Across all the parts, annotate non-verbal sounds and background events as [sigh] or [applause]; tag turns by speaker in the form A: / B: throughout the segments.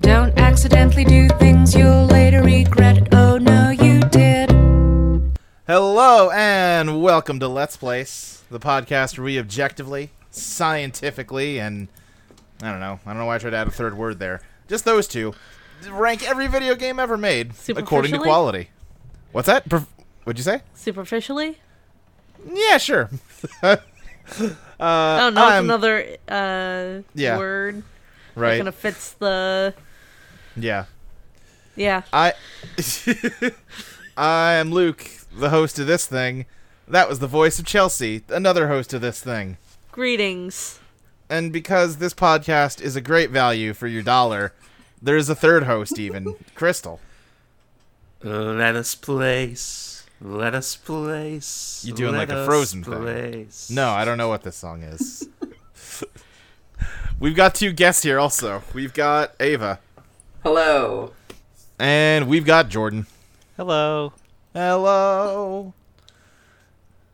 A: Don't accidentally do things you'll later regret. Oh no, you did.
B: Hello and welcome to Let's Place, the podcast where we objectively, scientifically, and I don't know, I don't know why I tried to add a third word there. Just those two rank every video game ever made according to
C: Superficially?
B: quality. What's that? Perf- What'd you say?
C: superficially.
B: Yeah, sure.
C: oh no, it's
B: Uh, I'm-
C: another uh,
B: Yeah.
C: word
B: right.
C: kind of fits the
B: Yeah.
C: yeah.
B: I [laughs] I am Luke, the host of this thing. That was the voice of Chelsea, another host of this thing.
C: Greetings.
B: and because this podcast is a great value for your dollar, there is a third host even, Crystal.
D: Let us place. Let us place.
B: You're doing
D: let
B: like a
D: us
B: Frozen thing.
D: place.
B: No,
D: [laughs]
B: I don't know what this song is. we've got two guests here also. We've got Ava
E: Hello.
B: and we've got Jordan.
F: Hello.
B: Hello.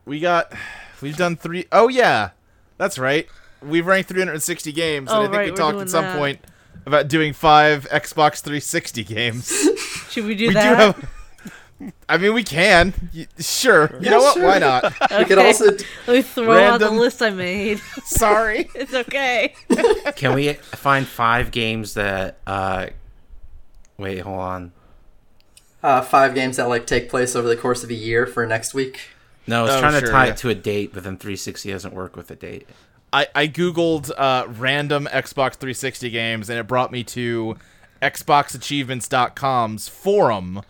B: We got we've done three Oh yeah. That's right. We've ranked 360 games
C: Oh,
B: and I think
C: right,
B: we
C: we're
B: talked
C: doing
B: at some
C: that.
B: point about doing 5 Xbox 360 games.
C: Should we do
B: We do
C: that?
B: have. [laughs] I mean, we can. Y- Sure. You know what? Why not?
E: We could
C: Okay.
E: also d-
C: Let me throw out
B: Random-
C: the list I made. [laughs]
B: Sorry.
C: it's okay.
D: Can we find five games that? uh Wait, hold on.
E: uh, five games that like take place over the course of a year for next week.
D: No, I was
B: Oh,
D: trying
B: sure,
D: to tie
B: yeah.
D: it to a date, but then 360 doesn't work with a date.
B: I, I googled uh, random Xbox 360 games, and it brought me to XboxAchievements.com's forum,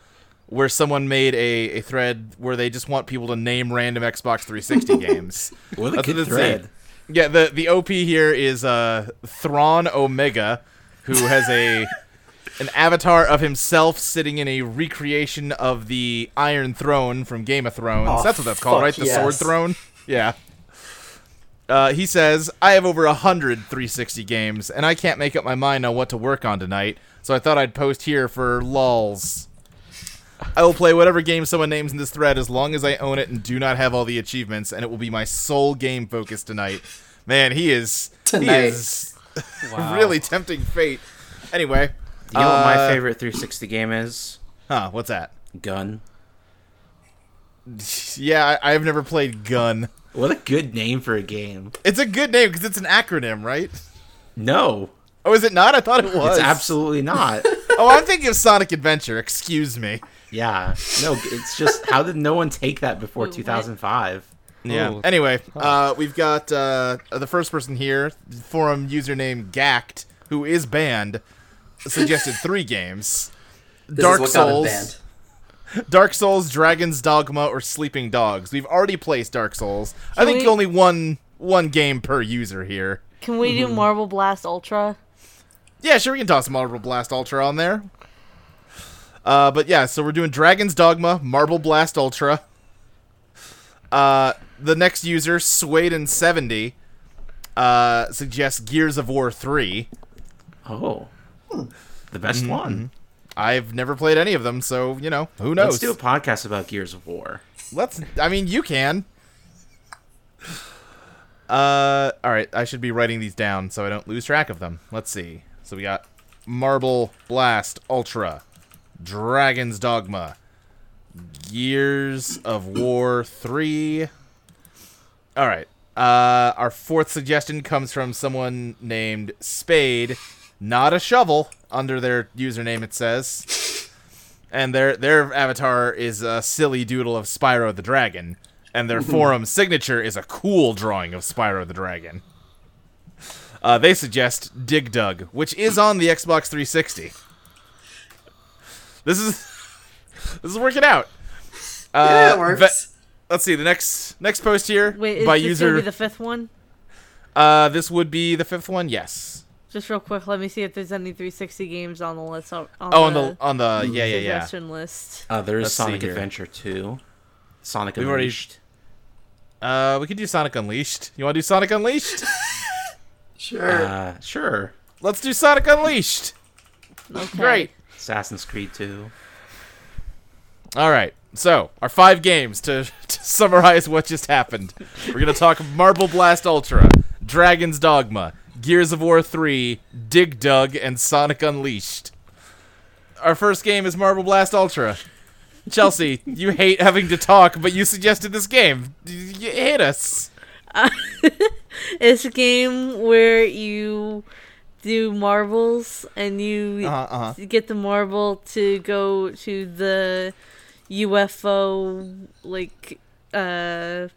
B: where someone made a, a thread where they just want people to name random Xbox 360 games.
D: What a
B: That's
D: good
B: what it
D: thread.
B: said. Yeah, the the OP here is uh Thrawn Omega, who has a an avatar of himself sitting in a recreation of the Iron Throne from Game of Thrones.
E: Oh,
B: that's what that's called,
E: fuck
B: right? The Sword
E: yes.
B: Throne. Yeah. Uh, he says, I have over 100 360 games, and I can't make up my mind on what to work on tonight, so I thought I'd post here for lols. I will play whatever game someone names in this thread as long as I own it and do not have all the achievements, and it will be my sole game focus tonight. Man, he is
E: Tonight.
B: he is [laughs] really tempting fate. Anyway,
D: You know what
B: Uh,
D: my favorite 360 game is?
B: huh? What's that?
D: Gun.
B: Yeah, I, I've never played Gun.
D: What a good name for a game.
B: It's a good name because it's an acronym, right?
D: No,
B: Oh, is it not? I thought it was.
D: it's
B: [laughs]
D: absolutely not.
B: Oh, I'm thinking of Sonic Adventure. Excuse me.
D: yeah. No, it's just how did no one take that before
C: Wait, what?
D: 2005?
B: Yeah.
F: Ooh.
B: Anyway, uh, we've got uh, the first person here, forum username Gact, who is banned, suggested three games:
E: This
B: Dark
E: is what got him
B: Souls,
E: banned.
B: Dark Souls, Dragon's Dogma, or Sleeping Dogs. We've already placed Dark Souls. I
C: Can
B: think
C: we-
B: only one one game per user here.
C: Can we
B: Mm-hmm.
C: do Marble Blast Ultra?
B: Yeah, sure, we can toss Marble Blast Ultra on there. Uh, but yeah, so we're doing Dragon's Dogma, Marble Blast Ultra. Uh, the next user, Swaden70, uh, suggests Gears of War 3.
D: Oh, the
B: Mm-hmm,
D: best one.
B: I've never played any of them, so, you know, who knows?
D: Let's do a podcast about Gears of War.
B: Let's. I mean, you can. Uh, all right. I should be writing these down so I don't lose track of them. Let's see. So we got Marble Blast Ultra, Dragon's Dogma, Gears of War Three. All right. Uh, our fourth suggestion comes from someone named Spade, not a shovel. Under their username, it says and their their avatar is a silly doodle of Spyro the Dragon, and
E: [laughs]
B: their forum signature is a cool drawing of Spyro the Dragon. Uh, they suggest Dig Dug, which is on the Xbox 360. This is [laughs] this is working out. Uh,
E: yeah, it
B: Ve-
E: works.
B: let's see the next next post here
C: Wait, is
B: by
C: this
B: user.
C: gonna be the fifth one?
B: uh, this would be the fifth one. Yes.
C: Just real quick, let me see if there's any 360 games on the list. On
B: Oh, on the on the
C: Mm-hmm.
B: yeah yeah yeah.
C: suggestion list.
D: Uh, there
B: Let's
D: is
B: see
D: Sonic
B: here.
D: Adventure 2. Sonic
B: We've already-
D: Unleashed.
B: Uh, we could do Sonic Unleashed. You want to do Sonic Unleashed? [laughs]
E: Sure.
D: Uh, sure.
B: Let's do Sonic Unleashed.
C: Okay.
B: Great.
D: Assassin's Creed 2.
B: All right. So, our five games to, [laughs] to summarize what just happened. We're going to talk Marble Blast Ultra, Dragon's Dogma, Gears of War 3, Dig Dug, and Sonic Unleashed. Our first game is Marble Blast Ultra. Chelsea, you hate having to talk, but you suggested this game. Y- y- hit us.
C: It's a game where you do marbles and you
B: Uh-huh, uh-huh.
C: you get the marble to go to the UFO like uh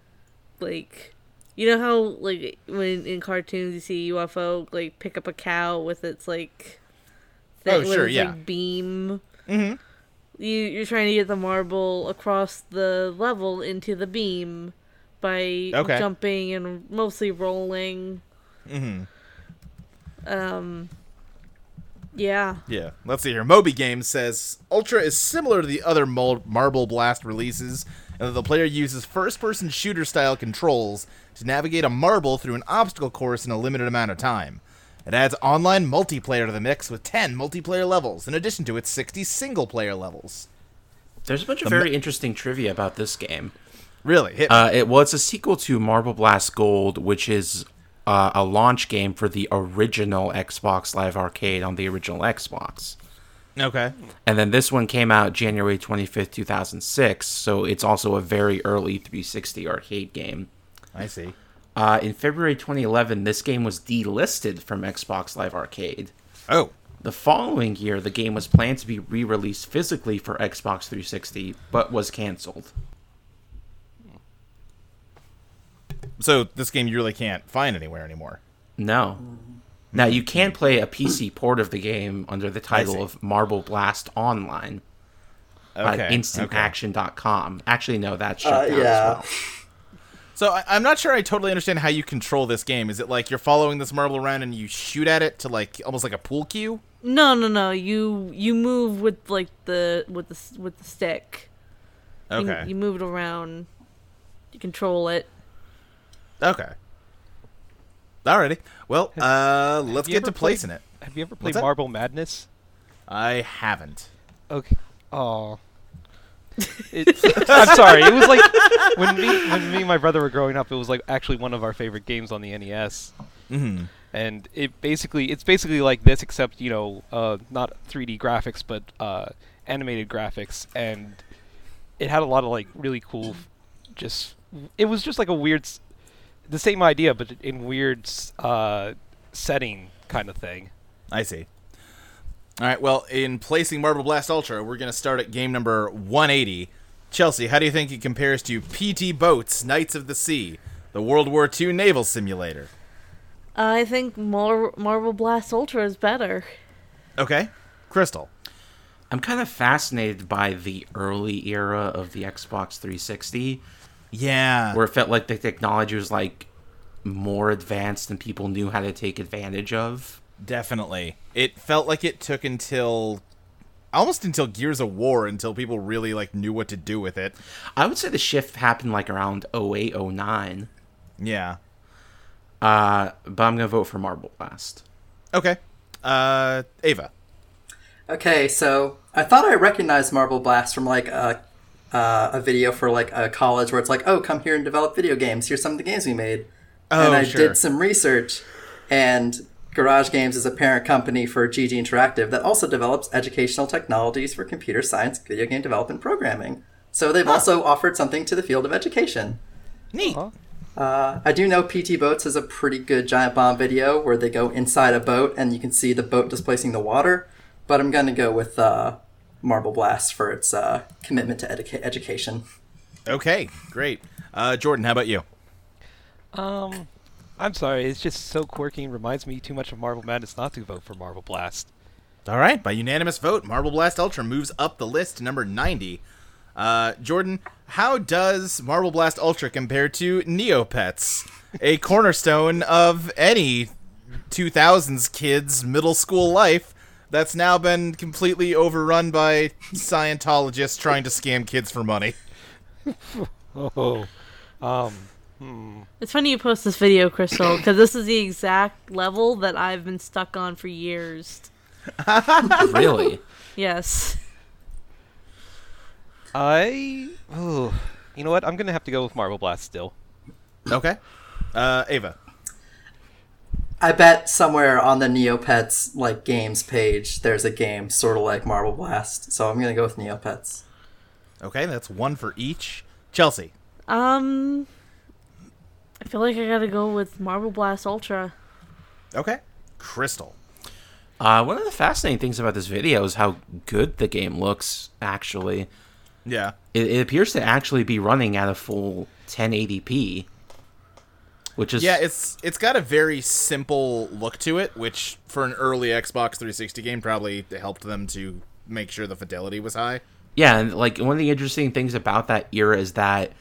C: like you know how like when in cartoons you see UFO like pick up a cow with its like
B: Oh,
C: with
B: sure,
C: its,
B: yeah.
C: like, beam. Mm-hmm. You you're trying to get the marble across the level into the beam by
B: Okay.
C: jumping and mostly rolling. Mm-hmm. Um. Yeah.
B: Yeah, let's see here. Moby Games says Ultra is similar to the other Mul- Marble Blast releases, and that the player uses first person shooter style controls to navigate a marble through an obstacle course in a limited amount of time. It adds online multiplayer to the mix with 10 multiplayer levels, in addition to its 60 single player levels.
D: There's a bunch of
B: The ma-
D: very interesting trivia about this game.
B: Really? Hit
D: Uh, it was a sequel to Marble Blast Gold, which is uh, a launch game for the original Xbox Live Arcade on the original Xbox.
B: okay.
D: And then this one came out January 25th, 2006, so it's also a very early 360 arcade game.
B: I see.
D: Uh, in February 2011, this game was delisted from Xbox Live Arcade.
B: Oh.
D: The following year, the game was planned to be re released physically for Xbox 360, but was canceled.
B: So this game you really can't find anywhere anymore.
D: No. Now, you can play a PC port of the game under the
B: see.
D: title of Marble Blast Online by
B: Okay. okay.
D: instantaction.com. Actually, no, that's shut
E: Uh,
D: down as
E: yeah.
D: well.
B: So I, I'm not sure I totally understand how you control this game. Is it like you're following this marble around and you shoot at it to like almost like a pool cue?
C: No, no, no. You you move with like the with the s- with the stick. You-
B: Okay.
C: You, move it around. You control it.
B: okay. Alrighty. Well, uh, let's
F: you
B: get
F: ever
B: to
F: played-
B: placing it.
F: Have you ever
B: What's
F: played
B: that?
F: Marble Madness?
B: I haven't.
F: Okay. Oh. It, [laughs] I'm sorry. It was like when me, when me and my brother were growing up. It was like actually one of our favorite games on the NES.
B: Mm-hmm.
F: and it basically it's basically like this except you know uh, not 3D graphics but uh, animated graphics and it had a lot of like really cool f- just it was just like a weird s- the same idea but in weird s- uh, setting kind of thing
B: I see. All right. Well, in placing Marble Blast Ultra, we're going to start at game number 180. Chelsea, how do you think it compares to PT Boats Knights of the Sea, the World War II naval simulator?
C: I think Mar- Marble Blast Ultra is better.
B: Okay. Crystal.
D: I'm kind of fascinated by the early era of the Xbox 360,
B: Yeah.
D: where it felt like the technology was like more advanced than people knew how to take advantage of.
B: Definitely. It felt like it took until almost until Gears of War until people really like knew what to do with it.
D: I would say the shift happened like around 08, 09,
B: Yeah.
D: uh, but I'm going to vote for Marble Blast.
B: Okay. Uh Ava.
E: Okay, so I thought I recognized Marble Blast from like a uh, a video for like a college where it's like, oh, come here and develop video games. Here's some of the games we made.
B: Oh,
E: and I
B: sure.
E: did some research, and Garage Games is a parent company for GG Interactive that also develops educational technologies for computer science, video game development, programming. So they've also offered something to the field of education.
B: Neat.
E: I do know PT Boats has a pretty good giant bomb video where they go inside a boat and you can see the boat displacing the water, but I'm going to go with uh, Marble Blast for its uh, commitment to educa- education.
B: Okay. Great. Uh Jordan, how about you?
F: um I'm sorry it's just so quirky and reminds me too much of Marble Madness not to vote for Marble Blast
B: All right. By unanimous vote, Marble Blast Ultra moves up the list to number 90. Uh Jordan, how does Marble Blast Ultra compare to Neopets, [laughs] a cornerstone of any 2000s kids' middle school life that's now been completely overrun by Scientologists trying to scam kids for money.
F: oh um
C: It's funny you post this video, Crystal, because this is the exact level that I've been stuck on for years.
D: Really?
C: Yes.
F: I oh you know what I'm gonna have to go with Marble Blast still
B: Okay. Uh, Ava.
E: I bet somewhere on the Neopets like games page, there's a game sort of like Marble Blast. So I'm gonna go with Neopets.
B: Okay, that's one for each. Chelsea.
C: Um, I feel like I gotta go with Marble Blast Ultra.
B: Okay. Crystal.
D: Uh, one of the fascinating things about this video is how good the game looks. Actually,
B: Yeah.
D: it, it appears to actually be running at a full 1080p, which is
B: Yeah, it's it's got a very simple look to it, which for an early Xbox 360 game probably helped them to make sure the fidelity was high.
D: Yeah, and like one of the interesting things about that era is that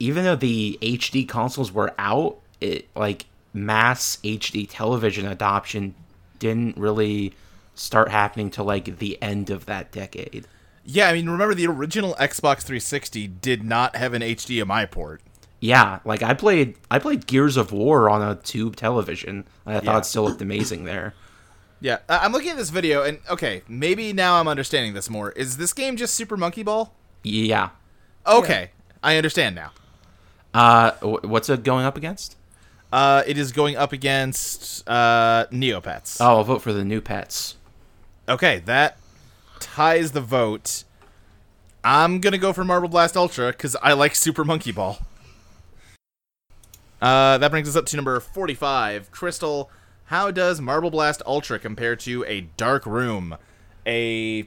D: even though the HD consoles were out, it like mass HD television adoption didn't really start happening till like the end of that decade.
B: Yeah, I mean, remember the original Xbox 360 did not have an HDMI port.
D: Yeah, like I played I played Gears of War on a tube television and I
B: Yeah.
D: thought it still looked amazing there.
B: Yeah, I- I'm looking at this video, and okay, maybe now I'm understanding this more. Is this game just Super Monkey Ball?
D: Yeah.
B: Okay, I understand now.
D: Uh wh- what's it going up against?
B: Uh, it is going up against uh, Neopets.
D: Oh, I'll vote for the new pets.
B: Okay, that ties the vote. I'm gonna go for Marble Blast Ultra because I like Super Monkey Ball. Uh, that brings us up to number 45. Crystal, how does Marble Blast Ultra compare to a Dark Room, a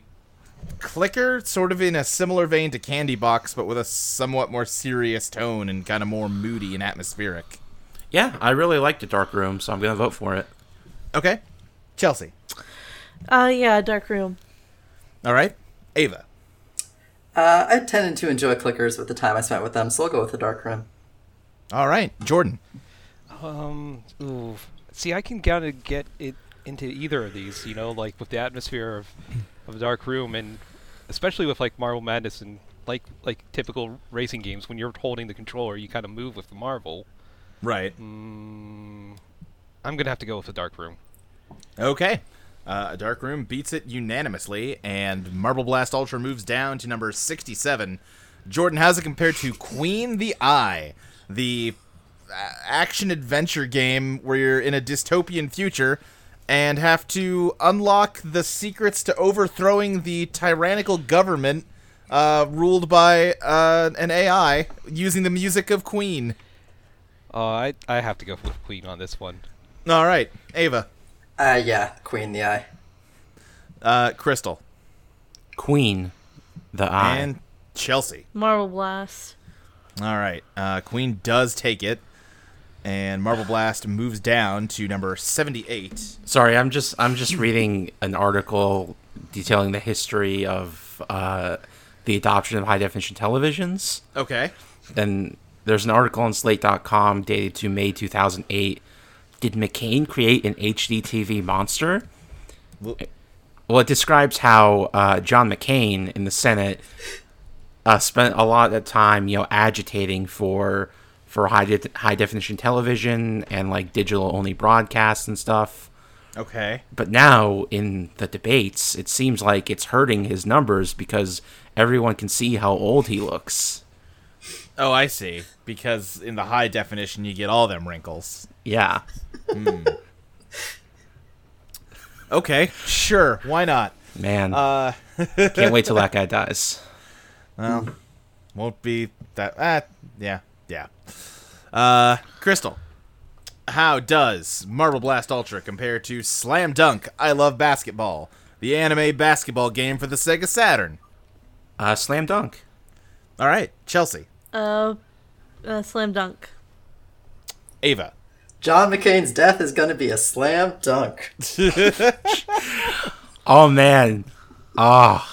B: clicker, sort of in a similar vein to Candy Box, but with a somewhat more serious tone and kind of more moody and atmospheric?
D: Yeah, I really like the dark room, so I'm gonna vote for it.
B: Okay, Chelsea.
C: Uh, yeah, Dark Room.
B: All right, Ava.
E: Uh, I tended to enjoy clickers with the time I spent with them, so I'll go with the Dark Room.
B: All right, Jordan.
F: Um, ooh. See, I can kind of get it into either of these, you know, like with the atmosphere of of a dark room, and especially with like Marble Madness and like like typical racing games, when you're holding the controller, you kind of move with the marble.
B: Right.
F: Mm, I'm gonna have to go with the dark room.
B: Okay. Uh, a Dark Room beats it unanimously, and Marble Blast Ultra moves down to number 67. Jordan, how's it compared to Queen the Eye, the uh, action adventure game where you're in a dystopian future and have to unlock the secrets to overthrowing the tyrannical government uh, ruled by uh, an AI using the music of Queen?
F: Uh, I I have to go with Queen on this one.
B: All right, Ava,
E: Uh, yeah, Queen the Eye.
B: uh, Crystal,
D: Queen, the eye.
B: and Chelsea.
C: Marble Blast.
B: All right. Uh, Queen does take it, and Marble Blast moves down to number 78.
D: Sorry, I'm just I'm just reading an article detailing the history of uh, the adoption of high definition televisions,
B: Okay.
D: and there's an article on Slate.com dated to May 2008. Did McCain create an HD TV monster? Well, it describes how uh, John McCain in the Senate uh, spent a lot of time, you know, agitating for for high de- high definition television and like digital only broadcasts and stuff
B: Okay.
D: but now in the debates, it seems like it's hurting his numbers because everyone can see how old he looks.
B: Oh, I see. Because in the high definition, you get all them wrinkles.
D: Yeah.
B: Okay. Sure. Why not?
D: Man,
B: Uh,
D: [laughs] can't wait till that guy dies.
B: won't be that. Ah, yeah. Yeah. Uh, Crystal. How does Marble Blast Ultra compare to Slam Dunk I Love Basketball, the anime basketball game for the Sega Saturn?
D: Uh, slam dunk.
B: All right, Chelsea,
C: Uh, uh Slam Dunk.
B: Ava,
E: John McCain's death is gonna be a slam dunk.
D: Oh man. Oh.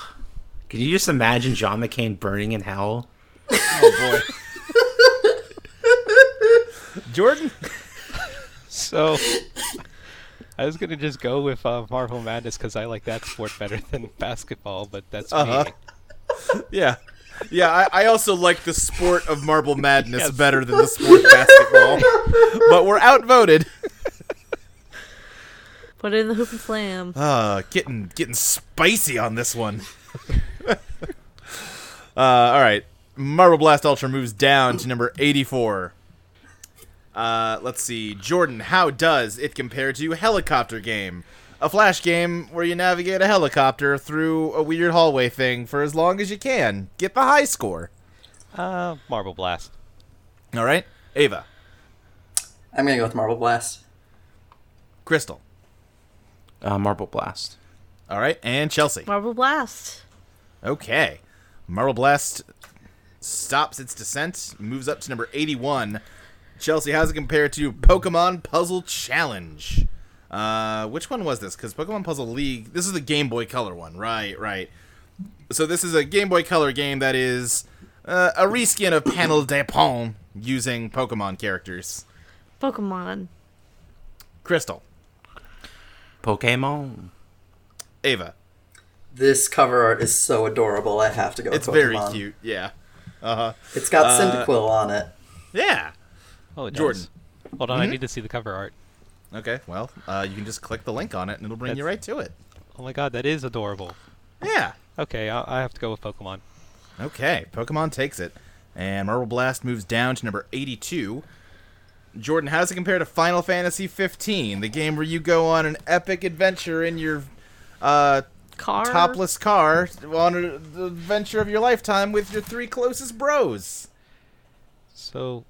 D: Can you just imagine John McCain burning in hell?
B: Oh boy. Jordan?
F: So I was gonna just go with uh, Marvel Madness because I like that sport better [laughs] than basketball, but that's
B: Uh-huh.
F: me.
B: Yeah. Yeah, I, I also like the sport of marble madness
F: Yes.
B: better than the sport of basketball. but we're outvoted.
C: Put it in the hoop and slam.
B: Uh getting getting spicy on this [laughs] one. uh all right. Marble Blast Ultra moves down to number 84. Uh, let's see, Jordan, how does it compare to Helicopter Game? A flash game where you navigate a helicopter through a weird hallway thing for as long as you can. Get the high score.
F: Uh, Marble Blast.
B: All right, Ava,
E: I'm gonna go with Marble Blast.
B: Crystal.
D: Uh, Marble Blast.
B: All right, and Chelsea.
C: Marble Blast.
B: Okay. Marble Blast stops its descent, moves up to number 81. Chelsea, how's it compare to Pokemon Puzzle Challenge? Uh, which one was this? Because Pokemon Puzzle League, this is the Game Boy Color one. Right, right. So this is a Game Boy Color game that is uh, a reskin of Panel de Pon using Pokemon characters.
C: Pokemon.
B: Crystal,
D: Pokemon.
B: Ava.
E: This cover art is so adorable. I have to go.
B: It's
E: with
B: very
E: Pokemon.
B: cute. Uh, Yeah.
E: It's got Cyndaquil on it.
B: Yeah.
F: Oh, it does.
B: Jordan.
F: Hold on, I
B: Mm-hmm.
F: need to see the cover art.
B: Okay. Well, uh, you can just click the link on it, and it'll bring you right
F: That's-
B: to it.
F: Oh my god, that is adorable.
B: Yeah.
F: Okay, I, I have to go with Pokemon.
B: Okay, Pokemon takes it, and Marble Blast moves down to number 82. Jordan, how does it compare to Final Fantasy 15, the game where you go on an epic adventure in your uh,
C: Car.
B: topless car on an adventure of your lifetime with your three closest bros?
F: So,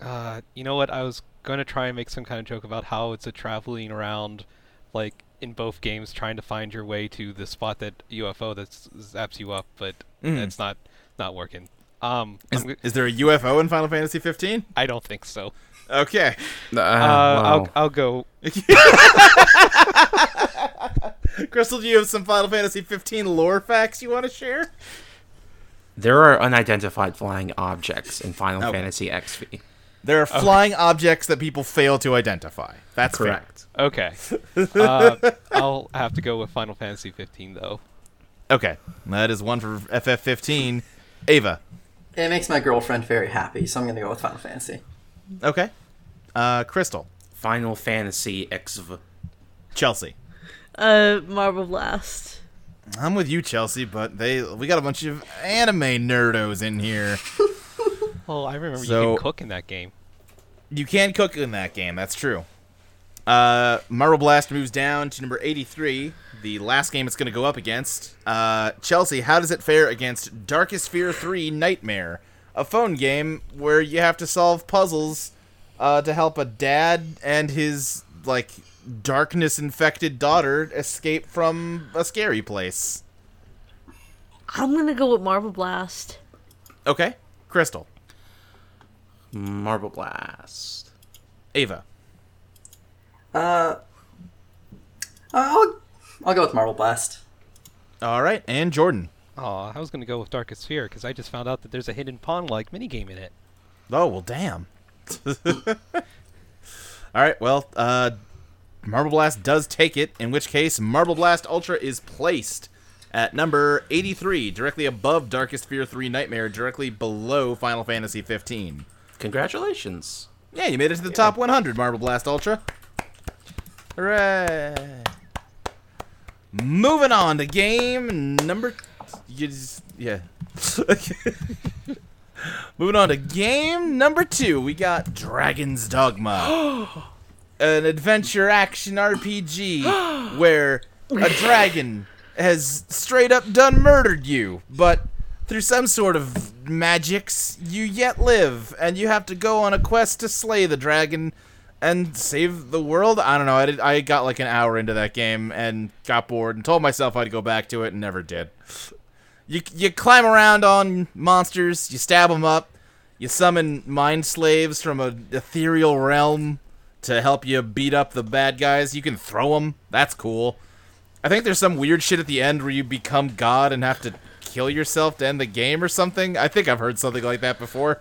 F: uh, you know what? I was going to try and make some kind of joke about how it's a traveling around, like in both games, trying to find your way to the spot that UFO that s- zaps you up, but that's not not working. Um,
B: Mm.
F: I'm
B: Is,
F: g-
B: is there a UFO in Final Fantasy 15?
F: I don't think so.
B: Okay. [laughs]
D: Uh,
F: Uh,
D: wow.
F: I'll I'll go.
B: Crystal, do you have some Final Fantasy 15 lore facts you want to share?
D: There are unidentified flying objects in Final
B: Oh.
D: Fantasy XV.
B: There are flying objects that people fail to identify. That's fair.
D: Correct.
B: [laughs]
F: Okay. Uh, I'll have to go with Final Fantasy 15 though.
B: Okay. That is one for FF15. Ava.
E: It makes my girlfriend very happy, so I'm gonna go with Final Fantasy.
B: Okay. Uh, Crystal.
D: Final Fantasy XV.
B: Chelsea.
C: Uh, Marble Blast.
B: I'm with you, Chelsea, but they we got a bunch of anime nerdos in here.
F: Oh, I remember
B: So-
F: you can cook in that game.
B: You can cook in that game, that's true. Uh, Marble Blast moves down to number 83, the last game it's going to go up against. Uh, Chelsea, how does it fare against Darkest Fear 3 Nightmare, a phone game where you have to solve puzzles uh, to help a dad and his, like, darkness infected daughter escape from a scary place?
C: I'm gonna go with Marble Blast.
B: Okay. Crystal,
D: Marble Blast.
B: Ava,
E: I'll I'll go with Marble Blast.
B: All right, and Jordan.
F: Oh, I was gonna go with Darkest Sphere because I just found out that there's a hidden pawn-like minigame in it.
B: Oh well, damn. [laughs] All right, well, uh, Marble Blast does take it. In which case, Marble Blast Ultra is placed at number eighty-three, directly above Darkest Fear Three Nightmare, directly below Final Fantasy fifteen.
D: Congratulations.
B: Yeah, you made it to the top one hundred, Marble Blast Ultra. Hooray! Moving on to game number. You just, yeah. [laughs] Moving on to game number two, we got Dragon's Dogma. An adventure action RPG where a dragon has straight up done murdered you, but through some sort of magics, you yet live, and you have to go on a quest to slay the dragon and save the world. I don't know. I, did, I got like an hour into that game and got bored and told myself I'd go back to it and never did. You you climb around on monsters, you stab them up, you summon mind slaves from a ethereal realm to help you beat up the bad guys. You can throw them. That's cool. I think there's some weird shit at the end where you become god and have to kill yourself to end the game or something. I think I've heard something like that before.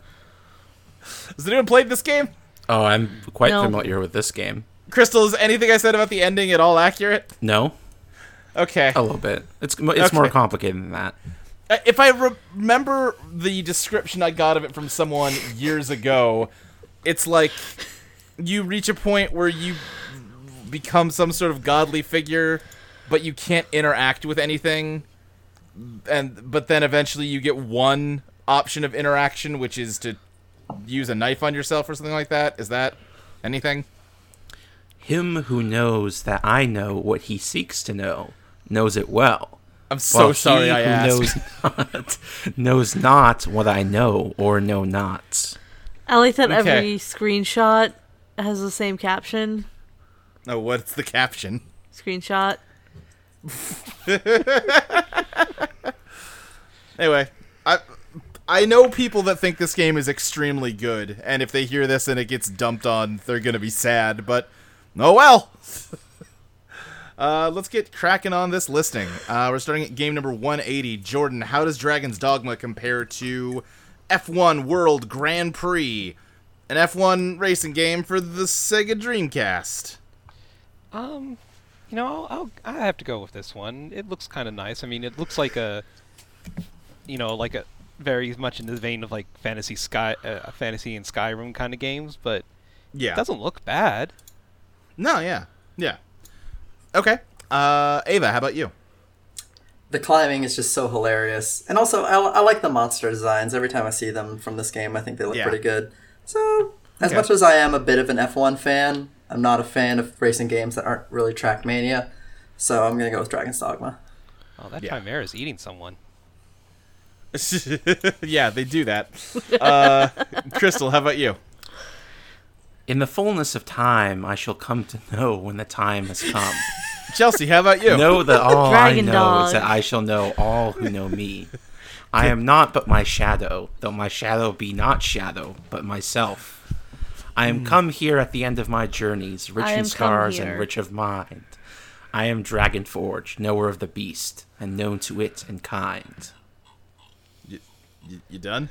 B: Has anyone played this game?
D: Oh, I'm quite
C: No.
D: familiar with this game.
B: Crystal, is anything I said about the ending at all accurate?
D: No,
B: Okay.
D: a little bit. It's it's more
B: Okay.
D: complicated than that.
B: Uh, If I re- remember the description I got of it from someone years ago, it's like you reach a point where you become some sort of godly figure, but you can't interact with anything, and but then eventually you get one option of interaction, which is to use a knife on yourself or something like that? Is that anything?
D: Him who knows that I know what he seeks to know knows it well.
B: I'm so
D: while
B: sorry
D: he
B: I
D: who
B: asked.
D: Knows not, [laughs] knows not what I know or know not.
C: I like that
B: Okay.
C: every screenshot has the same caption.
B: [laughs] No, what's the caption?
C: Screenshot.
B: Anyway, I I know people that think this game is extremely good, and if they hear this and it gets dumped on, they're gonna be sad. But oh well. [laughs] uh, let's get cracking on this listing. Uh, we're starting at game number 180. Jordan, how does Dragon's Dogma compare to F1 World Grand Prix, an F1 racing game for the Sega Dreamcast?
F: Um, you know, I'll, I'll I have to go with this one. It looks kind of nice. I mean, it looks like a, you know, like a very much in the vein of like fantasy sky, uh, fantasy and Skyrim kind of games, but
B: Yeah.
F: it doesn't look bad.
B: no, yeah, yeah. Okay. Uh, Ava, how about you?
E: The climbing is just so hilarious, and also I, I like the monster designs. Every time I see them from this game, I think they look
B: Yeah.
E: pretty good. So, as
B: Okay.
E: much as I am a bit of an F1 fan, I'm not a fan of racing games that aren't really track mania. So I'm gonna go with Dragon's Dogma.
F: Oh, that
B: Yeah.
F: chimera is eating someone.
B: [laughs] yeah, they do that. Uh, Crystal, how about you?
D: In the fullness of time, I shall come to know when the time has come.
B: Chelsea, how about you?
D: [laughs] know that all
C: Dragon
D: I know
C: dog.
D: is that I shall know all who know me. I am not but my shadow, though my shadow be not shadow, but myself. I
B: Hmm.
D: am come here at the end of my journeys, rich
C: I am
D: in
C: come
D: scars
C: here.
D: and rich of mind. I am Dragon Forge, knower of the beast, and known to it and kind.
B: You, you done?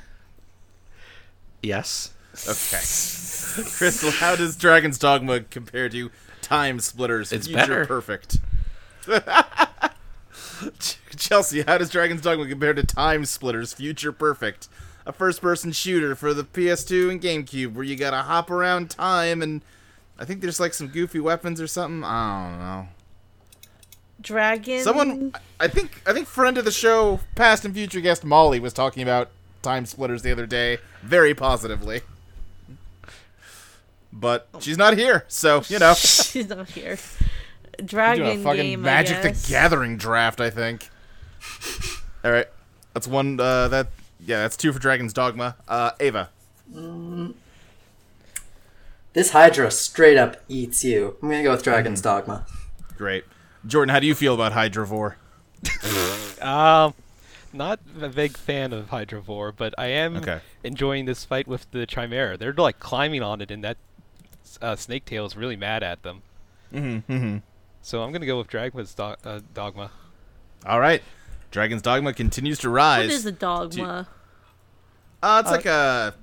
D: Yes.
B: Okay. [laughs] Crystal, how does Dragon's Dogma compare to Time Splitters?
D: It's
B: Future
D: better.
B: Perfect. [laughs] Ch- Chelsea, how does Dragon's Dogma compare to Time Splitters? Future Perfect, a first-person shooter for the PS2 and GameCube, where you gotta hop around time and I think there's like some goofy weapons or something. I don't know.
C: Dragon.
B: Someone, I think, I think friend of the show, past and future guest Molly was talking about time splitters the other day, very positively. But she's not here, so you know,
C: [laughs] She's not here. Dragon
B: doing a fucking
C: game.
B: Magic
C: I
B: the
C: guess.
B: Gathering draft, I think. All right, that's one. Uh, that yeah, that's two for Dragon's Dogma. Uh, Ava,
E: This Hydra straight up eats you. I'm gonna go with Dragon's
B: Mm-hmm.
E: Dogma.
B: great. Jordan, how do you feel about Hydrovore?
F: Um, not a big fan of Hydrovore, but I am
B: Okay.
F: enjoying this fight with the chimera. They're like climbing on it, and that uh, snake tail is really mad at them. Mm-hmm,
B: mm-hmm.
F: So I'm gonna go with Dragma's do- uh, dogma.
B: All right, Dragon's Dogma continues to rise.
C: What is a dogma?
B: Uh, it's like a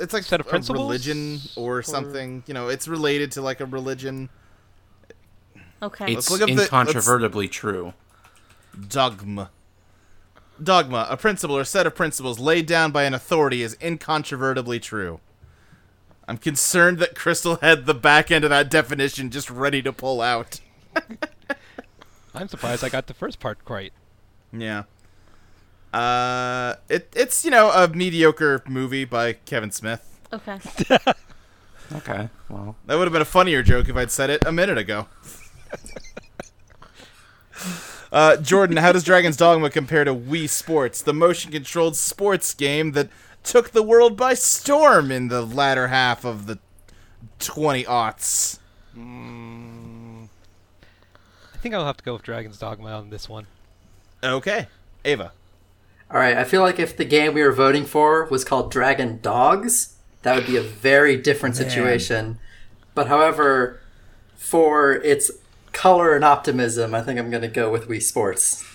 B: it's like
F: set of
B: a
F: principles?
B: religion or something. You know, it's related to like a religion
C: Okay.
D: It's
B: look up the- let's-
D: incontrovertibly true.
B: dogma. Dogma, a principle or set of principles laid down by an authority, is incontrovertibly true. I'm concerned that Crystal had the back end of that definition just ready to pull out.
F: I'm surprised I got the first part right.
B: Yeah. Uh, it it's you know a mediocre movie by Kevin Smith.
C: okay.
D: Okay. Well,
B: That would have been a funnier joke if I'd said it a minute [laughs] ago. uh, Jordan, how does Dragon's Dogma compare to Wii Sports, the motion controlled sports game that took the world by storm in the latter half of the 20 aughts?
F: I think I'll have to go with Dragon's dogma on this one.
B: Okay. Ava.
E: All right, I feel like if the game we were voting for was called Dragon Dogs, that would be a very different situation. But however, for its color and optimism, I think I'm going to go with Wii Sports,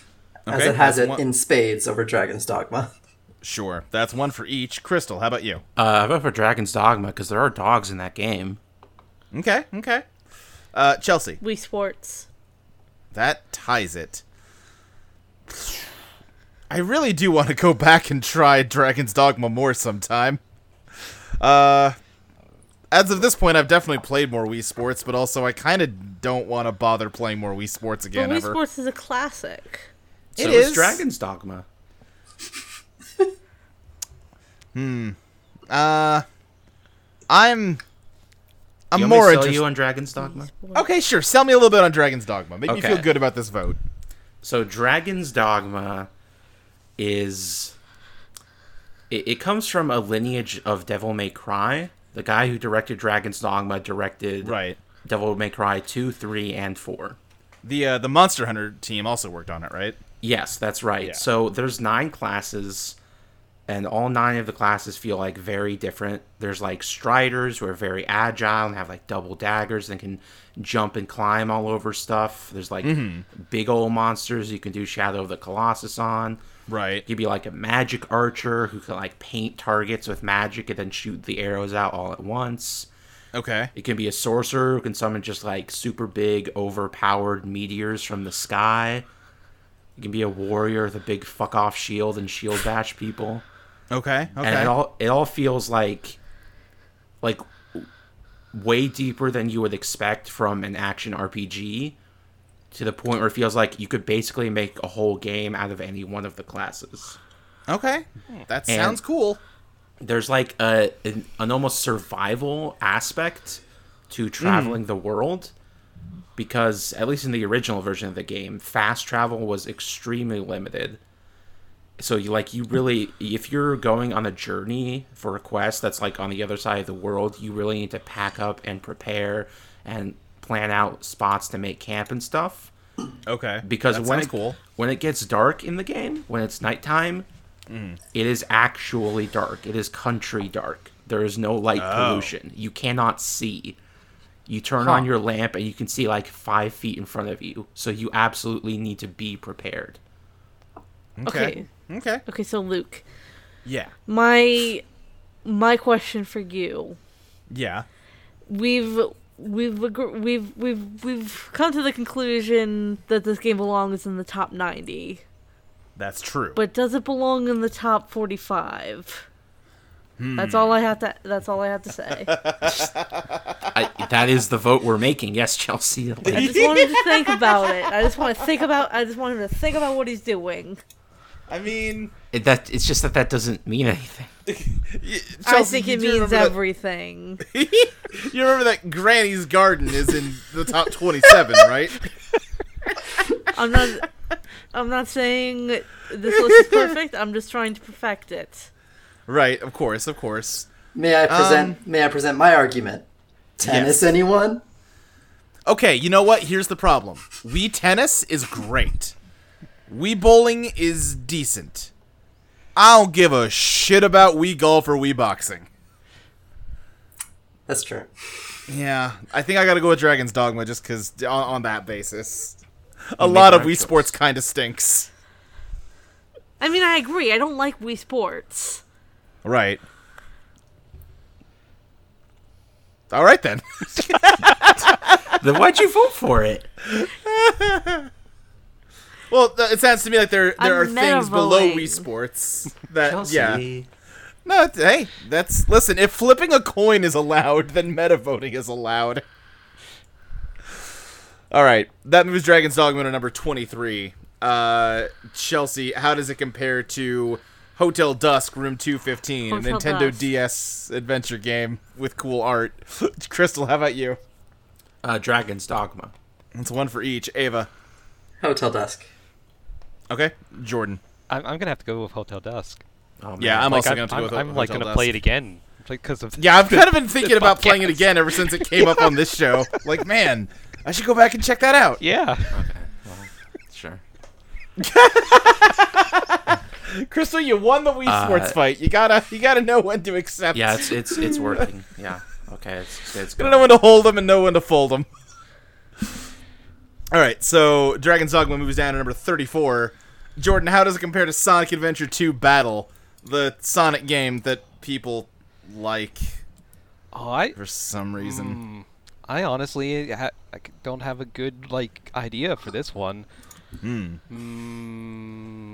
E: as
B: Okay,
E: it has
B: that's
E: it
B: one-
E: in spades over Dragon's Dogma.
B: Sure. That's one for each. Crystal, how about you?
D: uh, I vote for Dragon's Dogma because there are dogs in that game.
B: Okay. Okay. Uh, Chelsea.
C: We sports.
B: That ties it. I really do want to go back and try Dragon's Dogma more sometime. Uh, as of this point, I've definitely played more Wii Sports, but also I kind of don't want to bother playing more Wii Sports
C: But
B: again
C: we
B: ever.
C: sports is a classic.
D: So
B: It
D: is
B: is.
D: Dragon's Dogma.
B: Uh, I'm. I'm
D: You want me to
B: more
D: sell
B: interested.
D: you on Dragon's Dogma.
B: okay, sure. Sell me a little bit on Dragon's Dogma. Make me
D: Okay.
B: feel good about this vote.
D: So Dragon's Dogma is it, it comes from a lineage of Devil May Cry. The guy who directed Dragon's Dogma directed
B: Right.
D: Devil May Cry two, three, and four.
B: The uh, the Monster Hunter team also worked on it, right?
D: Yes, that's right.
B: Yeah.
D: So there's nine classes, and all nine of the classes feel like very different. There's like striders who are very agile and have like double daggers and can jump and climb all over stuff. There's like
B: Mm-hmm.
D: big old monsters you can do Shadow of the Colossus on.
B: Right.
D: You'd be like a magic archer who can like paint targets with magic and then shoot the arrows out all at once.
B: Okay.
D: It can be a sorcerer who can summon just like super big, overpowered meteors from the sky. You can be a warrior with a big fuck off shield and shield bash people.
B: Okay. Okay.
D: And it all it all feels like like way deeper than you would expect from an action RPG to the point where it feels like you could basically make a whole game out of any one of the classes.
B: okay. That sounds cool.
D: there's like a an, an almost survival aspect to traveling the world because at least in the original version of the game fast travel was extremely limited so you like you really if you're going on a journey for a quest that's like on the other side of the world you really need to pack up and prepare and plan out spots to make camp and stuff
B: Okay.
D: because
B: that
D: when
B: sounds
D: it,
B: cool.
D: when it gets dark in the game, when it's nighttime,
B: Mm.
D: it is actually dark. It is country dark. There is no light
B: Oh.
D: pollution. You cannot see. You turn on your lamp and you can see like five feet in front of you. So you absolutely need to be prepared.
C: Okay.
B: Okay.
C: Okay, so Luke,
B: Yeah.
C: my my question for you.
B: Yeah.
C: We've we've agr- we've we've we've come to the conclusion that this game belongs in the top 90.
B: That's true.
C: But does it belong in the top 45?
B: Hmm.
C: That's all I have to that's all I have
B: [laughs]
C: to say.
D: I, that is the vote we're making. Yes,
B: [laughs]
D: Chelsea.
C: I just wanted to think about it. I just want to think about. I just want him to think about what he's doing.
B: I mean,
D: It- that it's just that that doesn't mean anything.
C: I
B: Chelsea,
C: think
B: you
C: it
B: do
C: means
B: remember that-
C: everything.
B: you remember that Granny's Garden is in the top 27, right?
C: I'm not. I'm not saying this
B: [laughs]
C: list is perfect. I'm just trying to perfect it.
B: Right, of course, of course.
E: May I present? may I present my argument? Tennis,
B: Um, Yes.
E: anyone?
B: Okay, you know what? Here's the problem. Wii tennis is great. Wii bowling is decent. I don't give a shit about Wii golf or Wii boxing.
E: That's true.
B: Yeah, I think I gotta go with Dragon's Dogma just because on, on that basis. A lot of
D: the right
B: Wii
D: choice.
B: Sports kind of stinks.
C: I mean, I agree. I don't like Wii Sports.
B: Right. All right then. [laughs]
D: then why'd you vote
B: [laughs]
D: for it?
B: well, th- it sounds to me like there there are
C: I'm
B: things below
C: meta-voting.
B: Wii Sports that
D: Chelsea.
B: yeah. No, it's- hey, that's listen. If flipping a coin is allowed, then metavoting is allowed. All right, that moves Dragon's Dogma to number twenty-three. Uh, Chelsea, how does it compare to Hotel Dusk, Room Two Fifteen, a
C: Hotel
B: Nintendo
C: Dusk.
B: DS adventure game with cool art? [laughs] Crystal, how about you?
D: Uh, Dragon's Dogma.
B: It's one for each. Ava,
E: Hotel Dusk.
B: okay. Jordan,
F: I'm, I'm gonna have to go with Hotel Dusk.
D: Oh, man.
B: yeah, I'm
F: Like,
B: also
F: I'm,
B: going to
F: I'm,
B: go with
F: I'm
B: Hotel
F: like gonna
B: Dusk.
F: play it again, because of
B: Yeah, I've kind of
F: [laughs]
B: been thinking about playing it
F: podcast.
B: again ever since it came up on this show. Like, man, I should go back and check that out.
F: yeah.
D: sure.
B: Crystal, you won the Wii
D: Uh,
B: Sports fight. You gotta, you gotta know when to accept.
D: Yeah, it's it's it's working. Yeah. Okay.
B: [laughs]
D: It's it's
B: gotta [laughs] know when to hold them and know when to fold them. All right, so Dragon's Dogma moves down to number thirty-four. Jordan, how does it compare to Sonic Adventure Two Battle, the Sonic game that people like
F: Oh, I
B: for some reason?
F: I honestly ha- I c- don't have a good like idea for this one. Hmm.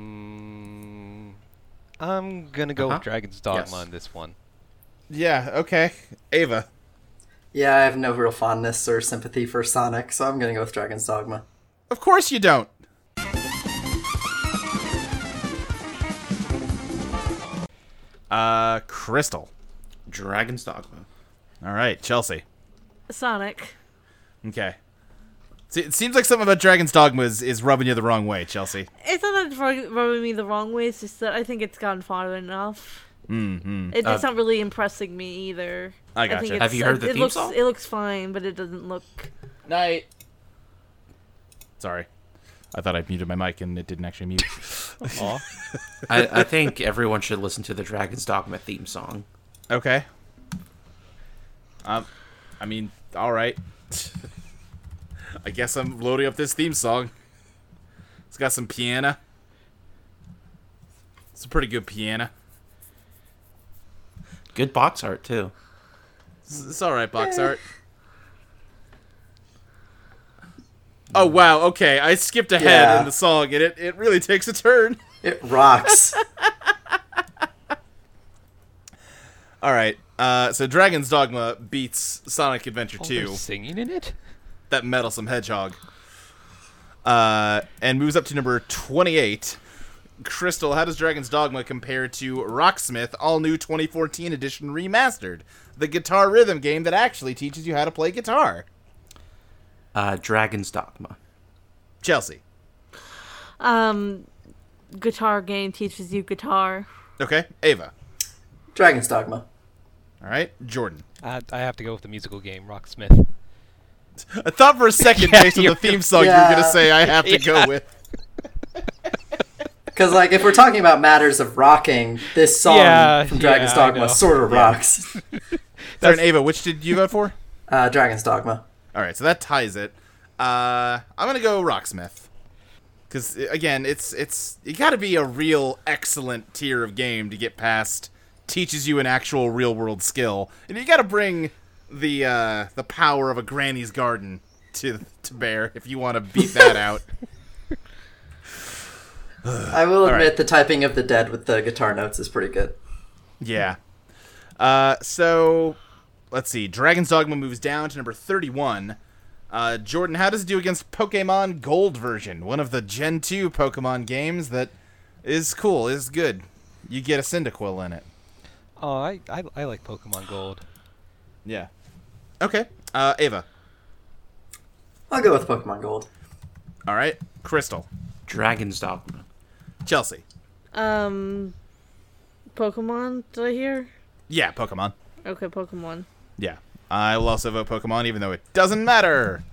F: Mm. I'm gonna go
D: Uh-huh.
F: with Dragon's Dogma
D: Yes.
F: on this one.
B: Yeah. Okay. Ava.
E: Yeah, I have no real fondness or sympathy for Sonic, so I'm gonna go with Dragon's Dogma.
B: Of course you don't. Uh, Crystal.
D: Dragon's Dogma.
B: All right, Chelsea.
C: Sonic.
B: Okay. See, it seems like something about Dragon's Dogma is, is rubbing you the wrong way, Chelsea.
C: It's not that it's rub- rubbing me the wrong way. It's just that I think it's gone far enough. Mm-hmm. It, it's not really impressing me either.
B: I
C: think
B: gotcha.
C: it's-
D: Uh, Have you heard the
C: it
D: theme
C: looks,
D: song?
C: It looks fine, but it doesn't look.
G: Night.
B: Sorry. I thought I muted my mic and it didn't actually mute.
F: Aw.
D: [laughs] I, I think everyone should listen to the Dragon's Dogma theme song.
B: Okay. Um, I mean, all right. [laughs] I guess I'm loading up this theme song. It's got some piano. It's a pretty good piano.
D: Good box art too.
B: It's, it's all right, box art. Oh wow! Okay, I skipped ahead
E: Yeah.
B: in the song, and it, it really takes a turn.
E: It
B: [laughs]
E: rocks.
B: All right, uh, so Dragon's Dogma beats Sonic Adventure
F: Oh,
B: Two.
F: there's singing in it?
B: that meddlesome hedgehog. Uh, and moves up to number 28. Crystal, how does Dragon's Dogma compare to Rocksmith All New 2014 Edition Remastered, the guitar rhythm game that actually teaches you how to play guitar?
D: Uh, Dragon's Dogma.
B: Chelsea.
C: Um, guitar game teaches you guitar.
B: Okay, Ava.
E: Dragon's Dogma.
B: All right, Jordan.
F: I, I have to go with the musical game, Rocksmith.
B: I thought for a second,
F: Yeah,
B: based on the
F: you're-
B: theme song, you were
E: Yeah.
B: going to say I have to go with.
E: Because like if we're talking about matters of rocking, this song
F: Yeah,
E: from Dragon's
F: yeah, I know.
E: Dogma sort of
F: [laughs]
E: rocks.
B: Sorry, Ava, which did you vote for?
E: Uh, Dragon's Dogma.
B: All right, so that ties it. Uh, I'm gonna go Rocksmith, because again, it's it's you got to be a real excellent tier of game to get past. Teaches you an actual real world skill, and you got to bring the uh, the power of a granny's garden to to bear if you want to beat that out.
E: I will
B: right.
E: admit the typing of the dead with the guitar notes is pretty good.
B: Yeah. Uh, so let's see. Dragon's Dogma moves down to number 31. Uh, Jordan, how does it do against Pokemon Gold version, one of the Gen 2 Pokemon games that is cool, is good. You get a Cyndaquil in it.
F: Oh, I, I, I like Pokemon Gold.
B: Yeah. Okay. Uh, Ava.
E: I'll go with Pokemon Gold.
B: All right. Crystal.
D: Dragon's Dogma.
B: Chelsea.
C: Um, Pokemon. Did I hear?
B: Yeah, Pokemon.
C: Okay, Pokemon.
B: Yeah. I will also vote Pokemon, even though it doesn't matter.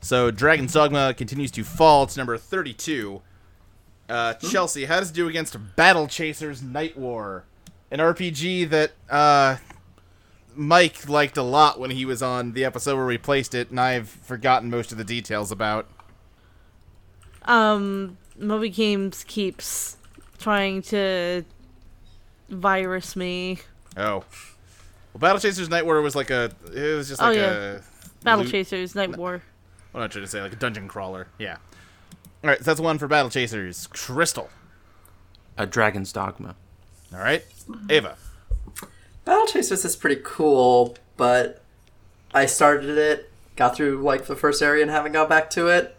B: So Dragon's Dogma continues to fall to number 32. Uh,
C: Hmm?
B: Chelsea, how does it do against Battle Chasers Night War? An RPG that uh, Mike liked a lot when he was on the episode where we placed it, and I've forgotten most of the details about.
C: Um, Moby Games keeps trying to virus me.
B: Oh. Well, Battle Chasers Night War was like a. It was just
C: Oh,
B: like
C: yeah.
B: a.
C: Battle
B: loot-
C: Chasers, Night War.
B: What am I trying to say? Like a dungeon crawler.
C: Hmm.
B: Yeah. All right, so that's one for Battle Chasers. Crystal.
D: A Dragon's Dogma.
B: All right, Ava.
E: Battle Chasers is pretty cool, but I started it, got through like the first area and haven't got back to it.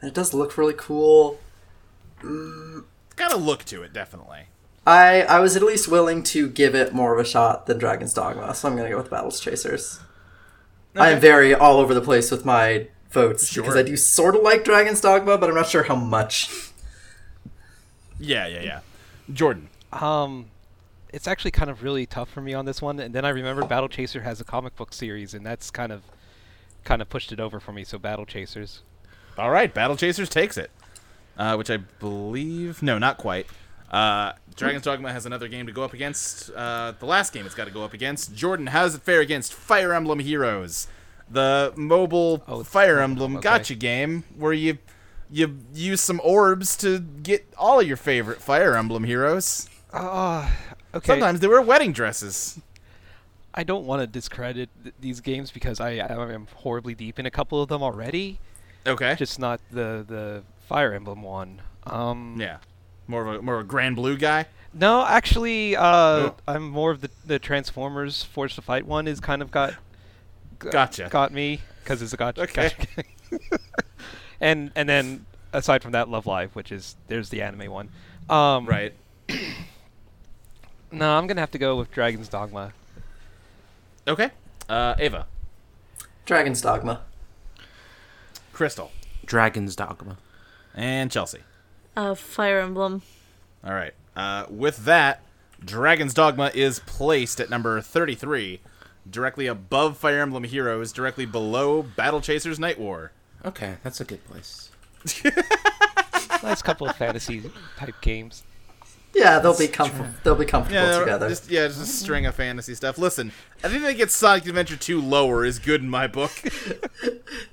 E: And it does look really cool.
B: It's got a look to it, definitely.
E: I I was at least willing to give it more of a shot than Dragon's Dogma, so I'm gonna go with Battle Chasers. I am very all over the place with my votes because
B: Sure.
E: I do sort of like Dragon's Dogma, but I'm not sure how much.
B: Yeah, yeah, yeah. Jordan.
F: Um, it's actually kind of really tough for me on this one. And then I remembered Battle Chaser has a comic book series, and that's kind of kind of pushed it over for me. So Battle Chasers.
B: All right, Battle Chasers takes it, uh, which I believe. No, not quite. Uh, Dragon's Dogma has another game to go up against. Uh, the last game it's got to go up against. Jordan, how does it fare against Fire Emblem Heroes, the mobile
F: Oh, it's
B: Fire
F: mobile,
B: Emblem
F: okay.
B: gotcha game where you you use some orbs to get all of your favorite Fire Emblem heroes?
F: Ah, okay.
B: Sometimes they wear wedding dresses.
F: I don't want to discredit th- these games because I I am horribly deep in a couple of them already.
B: Okay.
F: Just not the the Fire Emblem one. Um,
B: yeah, more of a more of a Grand Blue guy.
F: No, actually, uh,
B: Oh.
F: I'm more of the the Transformers Force to Fight one is kind of got g-
B: Gotcha.
F: got me because it's a gotcha.
B: Okay.
F: gotcha. [laughs] and and then aside from that, Love Live, which is there's the anime one. Um,
B: Right.
F: No, I'm gonna have to go with Dragon's Dogma.
B: Okay. Uh, Ava,
E: Dragon's Dogma.
B: Crystal,
D: Dragon's Dogma.
B: and Chelsea.
C: Uh, Fire Emblem.
B: All right. Uh, with that, Dragon's Dogma is placed at number 33, directly above Fire Emblem Heroes, directly below Battle Chasers Night War.
D: Okay, that's a good place.
F: Nice couple
B: [laughs]
F: of fantasy type games.
E: Yeah, they'll be comfortable. They'll be comfortable
B: Yeah,
E: together.
B: just yeah, just a string of fantasy stuff. Listen, I think they get Sonic Adventure 2 lower is good in my book.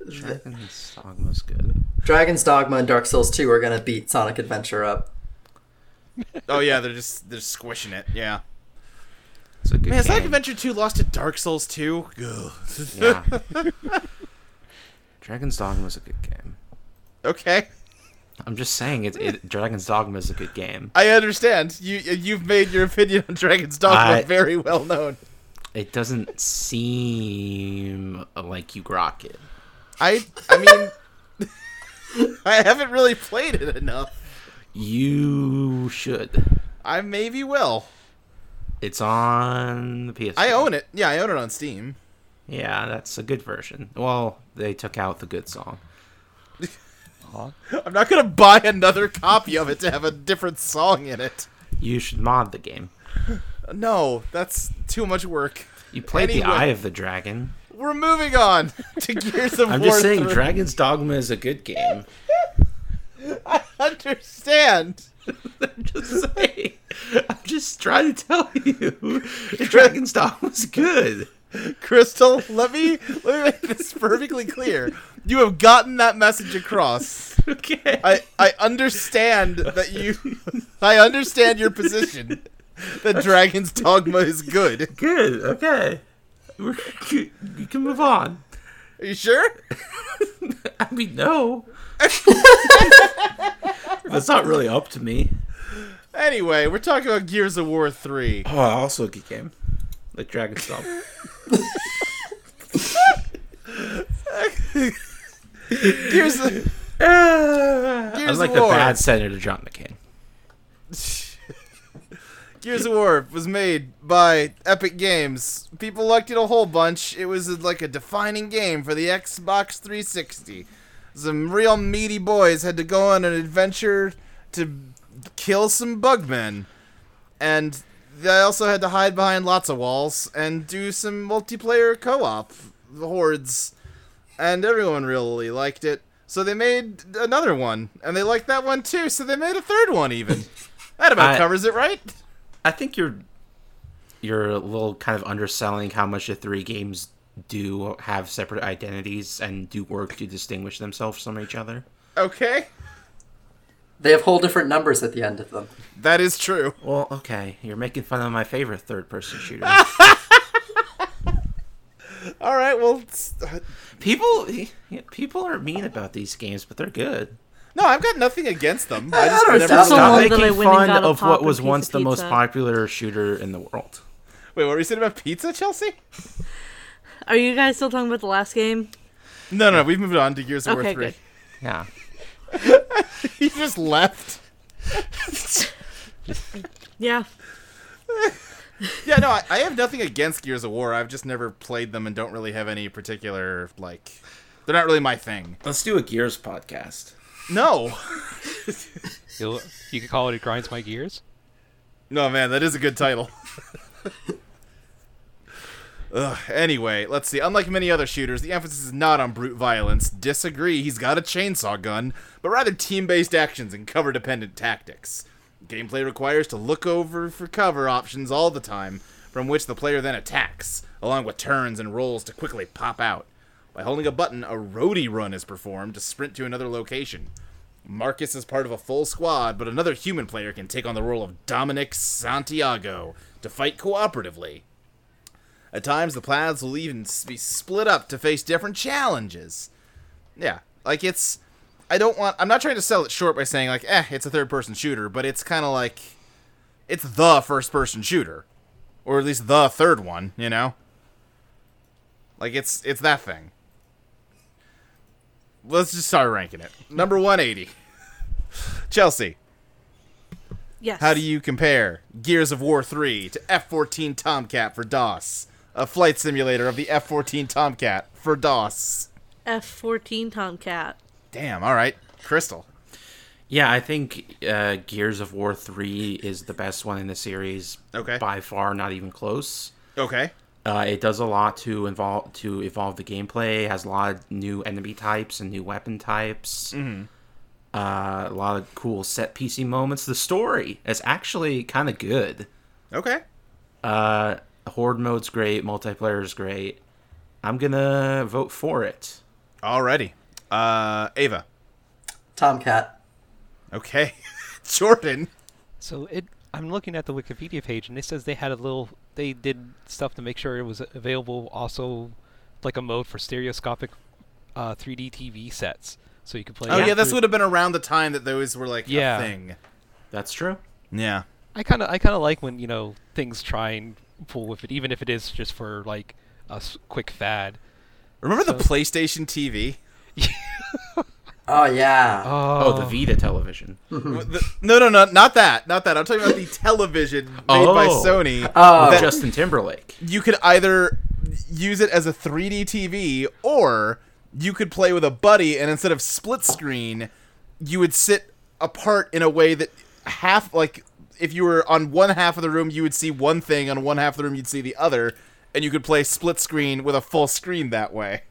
D: Dragon's Dogma's good.
E: Dragon's Dogma and Dark Souls 2 are gonna beat Sonic Adventure up.
B: [laughs] oh yeah, they're just they're squishing it. Yeah.
D: It's a good
B: Man, Sonic
D: game.
B: Adventure 2 lost to Dark Souls 2. Ugh.
D: Yeah. [laughs] Dragon's Dogma's a good game.
B: okay.
D: I'm just saying, it, it Dragon's Dogma is a good game.
B: I understand. You you've made your opinion on Dragon's Dogma
D: I-
B: very well known.
D: It doesn't seem like you grok it.
B: I I mean [laughs] I haven't really played it enough.
D: You should.
B: I maybe will.
D: It's on the PS.
B: I own it. Yeah, I own it on Steam.
D: Yeah, that's a good version. Well, they took out the good song.
B: I'm not gonna buy another copy of it to have a different song in it.
D: You should mod the game.
B: No, that's too much work.
D: You played the
B: Anyway.
D: Eye of the Dragon.
B: We're moving on
D: [laughs]
B: to Gears of
D: I'm
B: War.
D: just saying,
B: 3.
D: Dragon's Dogma is a good game.
B: I understand.
D: [laughs] I'm just saying. I'm just trying to tell [laughs] you, Dragon's Dogma's good.
B: Crystal, let me let me make this perfectly clear. You have gotten that message across.
D: Okay.
B: I I understand that you I understand your position that Dragon's Dogma is good.
D: [laughs] good. Okay. We're, you, you can move on.
B: Are you sure?
D: I mean, [laughs] no. That's not really up to me.
B: Anyway, we're talking about Gears of War 3.
D: Oh, also a good game. Like Dragon's Dogma.
B: Gears of,
C: Ah.
D: I like the
B: War.
D: bad senator John McCain.
B: Gears of War was made by Epic Games. People liked it a whole bunch. It was uh, like a defining game for the Xbox 360. Some real meaty boys had to go on an adventure to kill some bugmen. And they also had to hide behind lots of walls and do some multiplayer co op hordes. And everyone really liked it. So they made another one. And they liked that one too. So they made a third one, even. That about
D: I-
B: covers it, right?
D: I think you're you're a little kind of underselling how much the three games do have separate identities and do work to distinguish themselves from each other.
B: Okay.
E: They have whole different numbers at the end of them.
B: That is true.
D: Well, okay, you're making fun of my favorite third-person shooter.
B: All right, well, it's-
D: people, yeah, people are mean about these games, but they're good.
B: no, I've got nothing against them. I just
E: don't
B: never.
C: Someone
E: doubt
D: Stop
C: that I
D: making
C: went and
D: fun
C: got a
D: of
C: pop
D: what
C: and
D: was
C: piece of
D: once the most
C: pizza.
D: popular shooter in the world.
B: Wait, what were you saying about pizza, Chelsea?
C: Are you guys still talking about the last game?
B: No, no, we've moved on to Gears of War
C: Okay,
B: three.
C: good.
D: Yeah,
B: [laughs] He just left.
C: Yeah.
B: Yeah, no, I, I have nothing against Gears of War. I've just never played them and don't really have any particular like. They're not really my thing.
D: let's do a Gears podcast.
B: No,
F: You'll, you could call it "It Grinds My Gears."
B: no, man, that is a good title. Ugh, anyway, let's see. Unlike many other shooters, the emphasis is not on brute violence. Disagree, he's got a chainsaw gun, but rather team based actions and cover dependent tactics. Gameplay requires to look over for cover options all the time, from which the player then attacks, along with turns and rolls to quickly pop out. By holding a button, a roadie run is performed to sprint to another location. Marcus is part of a full squad, but another human player can take on the role of Dominic Santiago to fight cooperatively. At times, the paths will even s- be split up to face different challenges. Yeah, like it's. I don't want. I'm not trying to sell it short by saying like, eh, it's a third-person shooter, but it's kind of like, it's the first-person shooter, or at least the third one. You know. Like it's it's that thing. Let's just start ranking it. Number 180. Chelsea,
C: Yes.
B: how do you compare Gears of War 3 to F-14 Tomcat for DOS? a flight simulator of the F 14 Tomcat for DOS.
C: F fourteen Tomcat.
B: Damn, all right. Crystal.
D: Yeah, I think uh, Gears of War 3 is the best one in the series.
B: Okay.
D: By far, not even close.
B: Okay.
D: Uh, it does a lot to involve to evolve the gameplay. Has a lot of new enemy types and new weapon types. Uh, a lot of cool set piecey moments. The story is actually kind of good.
B: Okay.
D: Uh, Horde mode's great. Multiplayer is great. I'm gonna vote for it.
B: Alrighty. Uh, Ava.
E: Tomcat.
B: Okay. [laughs] Jordan.
F: So it, I'm looking at the Wikipedia page, and it says they had a little. They did stuff to make sure it was available, also like a mode for stereoscopic uh, 3D TV sets, so you could play.
B: Oh, yeah,
F: it
B: this
F: through-
B: would have been around the time that those were like
F: Yeah.
B: a thing.
D: That's true.
B: Yeah.
F: I kind of, I kind of like when you know things try and pull with it, even if it is just for like a s- quick fad.
B: Remember the
F: So-
B: PlayStation TV?
E: Oh yeah.
D: Oh, the Vita [laughs] television.
B: The- no, no, no, not that. Not that. I'm talking about the television made by
D: Oh.
B: Sony.
E: Oh.
B: that
D: Justin Timberlake.
B: you could either use it as a 3D TV or you could play with a buddy and instead of split screen, you would sit apart in a way that half like if you were on one half of the room you would see one thing on one half of the room you'd see the other and you could play split screen with a full screen that way.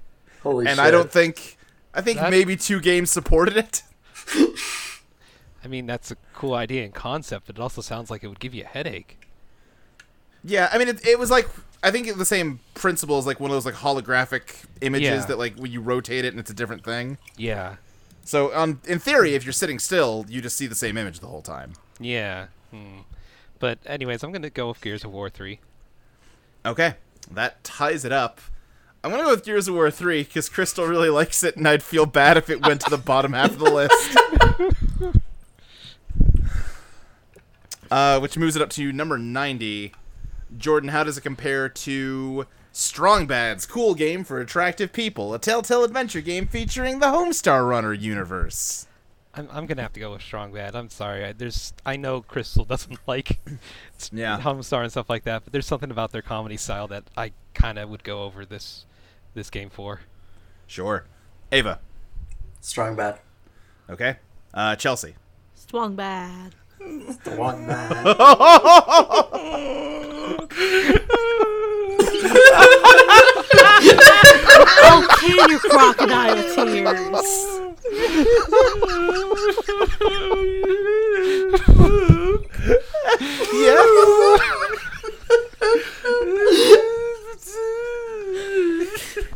E: Holy shit.
B: and I don't think I think
F: That-
B: maybe two games supported it. [laughs]
F: I mean, that's a cool idea and concept, but it also sounds like it would give you a headache.
B: Yeah, I mean, it, it was like I think the same principle is like one of those like holographic images
F: Yeah.
B: that like when you rotate it and it's a different thing.
F: Yeah.
B: So on in theory, if you're sitting still, you just see the same image the whole time.
F: Yeah. Hmm. But anyways, I'm gonna go with Gears of War three.
B: Okay, that ties it up. I'm gonna go with Gears of War three because Crystal really likes it, and I'd feel bad if it went to the [laughs] bottom half of the list. [laughs] Uh, which moves it up to number 90. Jordan, how does it compare to Strong Bad's cool game for attractive people, a telltale adventure game featuring the Homestar Runner universe?
F: I'm, I'm gonna have to go with Strong Bad. I'm sorry. I, there's I know Crystal [laughs] doesn't like s-
B: Yeah.
F: Homestar and stuff like that, but there's something about their comedy style that I kind of would go over this this game for.
B: Sure. Ava.
E: Strong bad.
B: Okay. Uh, Chelsea.
C: Strong bad.
E: The
B: [laughs]
E: one bad.
C: Okay, your crocodile [laughs] tears.
B: [laughs]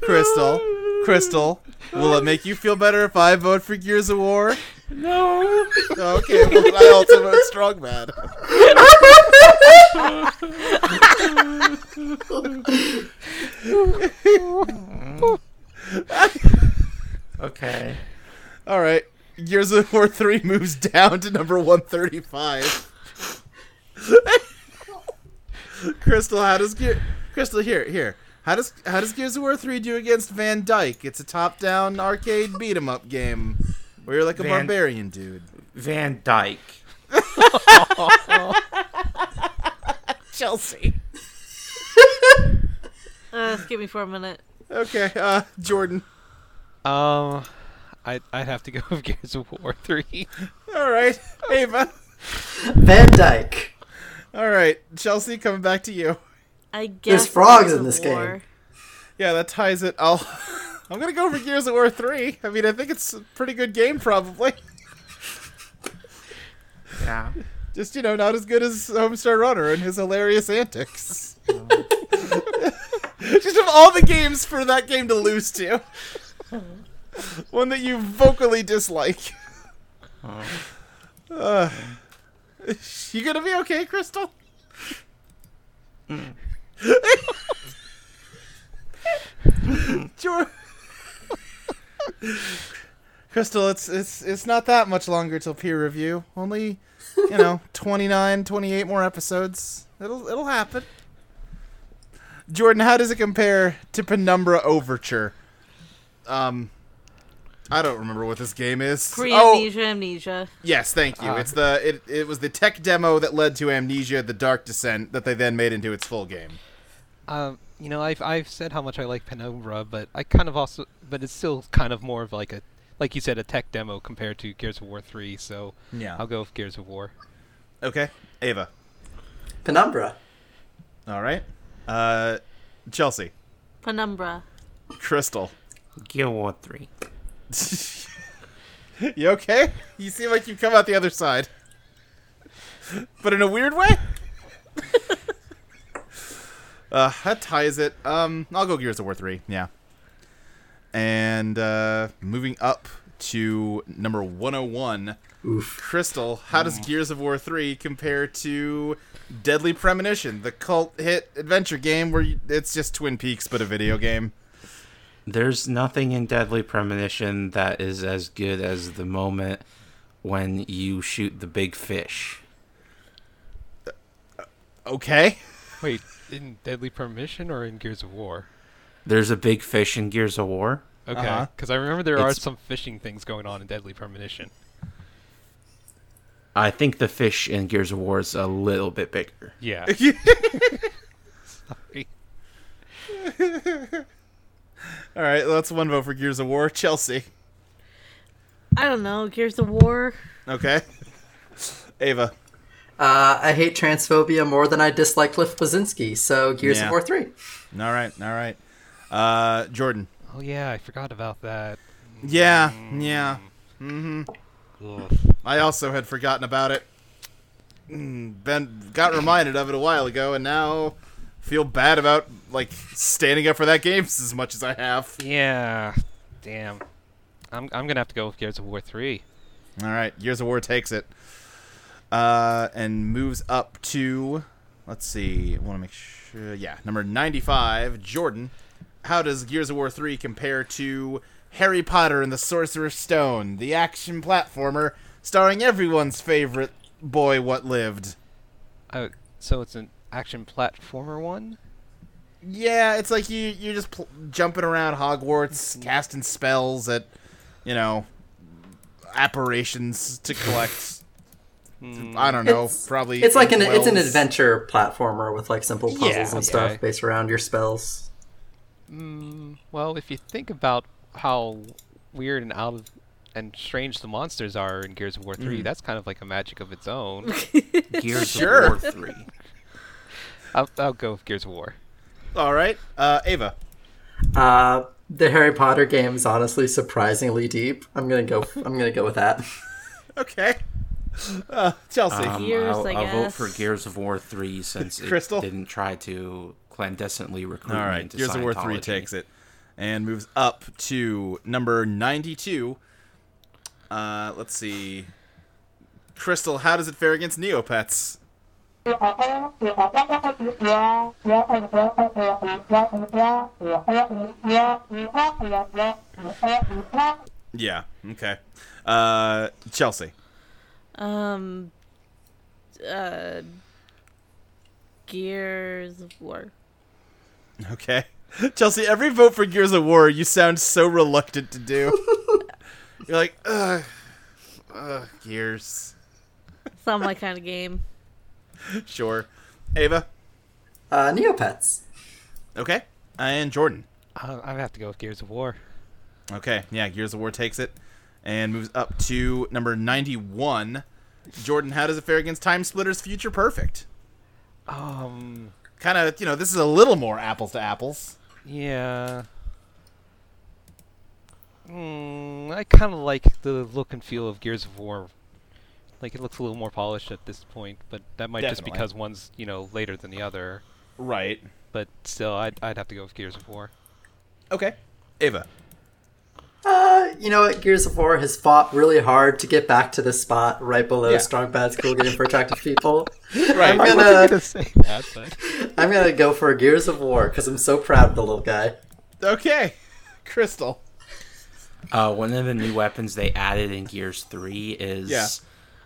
B: Crystal, Crystal, will it make you feel better if I vote for Gears of War? No. Okay, well, then I also vote Strongman.
D: Okay.
B: All right, Gears of War 3 moves down to number 135. Crystal, how does Gear... Crystal, here, here. How does how does Gears of War 3 do against Van Dyke? It's a top-down arcade beat 'em up game where you're like a
D: Van-
B: barbarian dude.
D: Van Dyke.
B: Chelsea.
C: Uh, skip me for a minute.
B: Okay, uh, Jordan.
F: Um, I I'd have to [laughs] go with Gears of War
B: [laughs]
F: three.
B: All right, Ava.
E: Van Dyke.
B: All right, Chelsea, coming back to you.
C: I guess
E: frogs
C: Gears
E: in
C: of
E: this game.
B: Oh.
C: War.
B: Yeah, that ties it. I'll. [laughs] I'm gonna go for Gears of War three. I mean, I think it's a pretty good game, probably.
D: Yeah.
B: Just you know, not as good as Homestar Runner and his hilarious antics. [laughs] Just of all the games for that game to lose to, one that you vocally dislike. Uh, [laughs] you gonna be okay, Crystal? [laughs] Jor- Crystal, it's it's it's not that much longer till peer review. Only, you [laughs] know, 29, 28 more episodes. It'll it'll happen. Jordan, how does it compare to Penumbra Overture? Um I don't remember what this game is.
C: Pre
B: Oh,
C: amnesia, amnesia.
B: Yes, thank you. it's the it, it was the tech demo that led to Amnesia: The Dark Descent that they then made into its full game.
F: Um, you know, I've I've said how much I like Penumbra, but I kind of also, but it's still kind of more of like a, like you said, a tech demo compared to Gears of War three. So
B: Yeah.
F: I'll go with Gears of War.
B: Okay, Ava.
E: Penumbra.
B: All right, uh, Chelsea,
C: Penumbra.
B: Crystal.
D: Guild War 3.
B: You okay? You seem like you've come out the other side, but in a weird way. uh, that ties it. Um, I'll go Gears of War three. Yeah. And uh, moving up to number one hundred one.
E: Oof.
B: Crystal, how does Gears of War 3 compare to Deadly Premonition, the cult hit adventure game where you, it's just Twin Peaks but a video game?
D: There's nothing in Deadly Premonition that is as good as the moment when you shoot the big fish.
B: Okay. [laughs]
F: Wait, in Deadly Permission or in Gears of War?
D: There's a big fish in Gears of War.
F: Okay,
B: Uh-huh.
F: because I remember there are
D: It's-
F: some fishing things going on in Deadly Premonition.
D: I think the fish in Gears of War is a little bit
C: [laughs]
D: bigger.
F: Yeah. Sorry.
B: All right, that's one vote for Gears of War. Chelsea.
C: I don't know. Gears of War.
B: Okay. [laughs] Ava.
E: Uh, I hate transphobia more than I dislike Cliff Blazinski, so Gears
B: Yeah.
E: of War 3.
B: All right, all right. Uh, Jordan.
F: Oh yeah, I forgot about that.
B: Yeah, yeah.
F: Ugh.
B: I also had forgotten about it. Mm, Ben got reminded of it a while ago, and now feel bad about like standing up for that game [laughs] as much as I have.
F: Yeah. Damn. I'm I'm gonna have to go with Gears of War three.
B: All right, Gears of War takes it, uh, and moves up to, let's see, want to make sure, yeah, number ninety-five, Jordan. How does Gears of War three compare to Harry Potter and the Sorcerer's Stone, the action platformer starring everyone's favorite boy, What Lived?
F: Oh, so it's an action platformer one.
B: Yeah, it's like you you're just pl- jumping around Hogwarts, casting spells at, you know, apparitions to collect. I don't know,
E: It's-
B: probably.
E: It's like an it's an
B: wells.
E: adventure platformer with like simple puzzles
F: Yeah,
E: and
F: okay.
E: stuff based around your spells.
F: Well, if you think about how weird and out of and strange the monsters are in Gears of War three, that's kind of like a magic of its own.
D: Gears
B: Sure.
D: of War 3.
F: I'll, I'll go with Gears of War.
B: All right, uh, Ava.
E: Uh, the Harry Potter game is honestly surprisingly deep. I'm
B: [laughs]
E: gonna go. I'm gonna go with that.
B: Okay. [laughs] Uh, Chelsea.
D: Um,
C: [laughs] Gears,
D: I'll,
C: I
D: I'll vote for
C: guess.
D: Gears of War 3 since it
B: Crystal?
D: didn't try to clandestinely recruit
B: All
D: me
B: right,
D: into
B: Gears of War three
D: Scientology.
B: takes it, and moves up to number ninety-two. Uh, let's see, Crystal. How does it fare against Neopets? Yeah. Okay. Uh, Chelsea.
C: Um. Uh. Gears of War.
B: Okay. Chelsea, every vote for Gears of War, you sound so reluctant to do. [laughs] You're like, ugh, ugh, Gears.
C: It's not my kind of game.
B: Sure. Ava.
E: Uh, Neopets.
B: Okay. And Jordan.
F: Uh, I have to go with Gears of War.
B: Okay. Yeah, Gears of War takes it and moves up to number 91. Jordan, how does it fare against Time Splitter's Future Perfect?
F: Um.
B: Kind of, you know, this is a little more apples to apples.
F: Yeah. Mm, I kind of like the look and feel of Gears of War. Like it looks a little more polished at this point, but that might just
B: Definitely.
F: because one's you know later than the other.
B: Right.
F: But still, I'd I'd have to go with Gears of War.
B: Okay. Ava.
E: Uh, you know what? Gears of War has fought really hard to get back to this spot right below
B: Yeah.
E: strong, bad, cool game for attractive people.
B: [laughs] Right.
E: I'm
F: I was
B: [laughs]
E: gonna,
F: gonna [laughs] say that, but
E: I'm gonna go for Gears of War because I'm so proud of the little guy.
B: Okay. [laughs] Crystal.
D: Uh, one of the new weapons they added in Gears 3 is.
B: Yeah.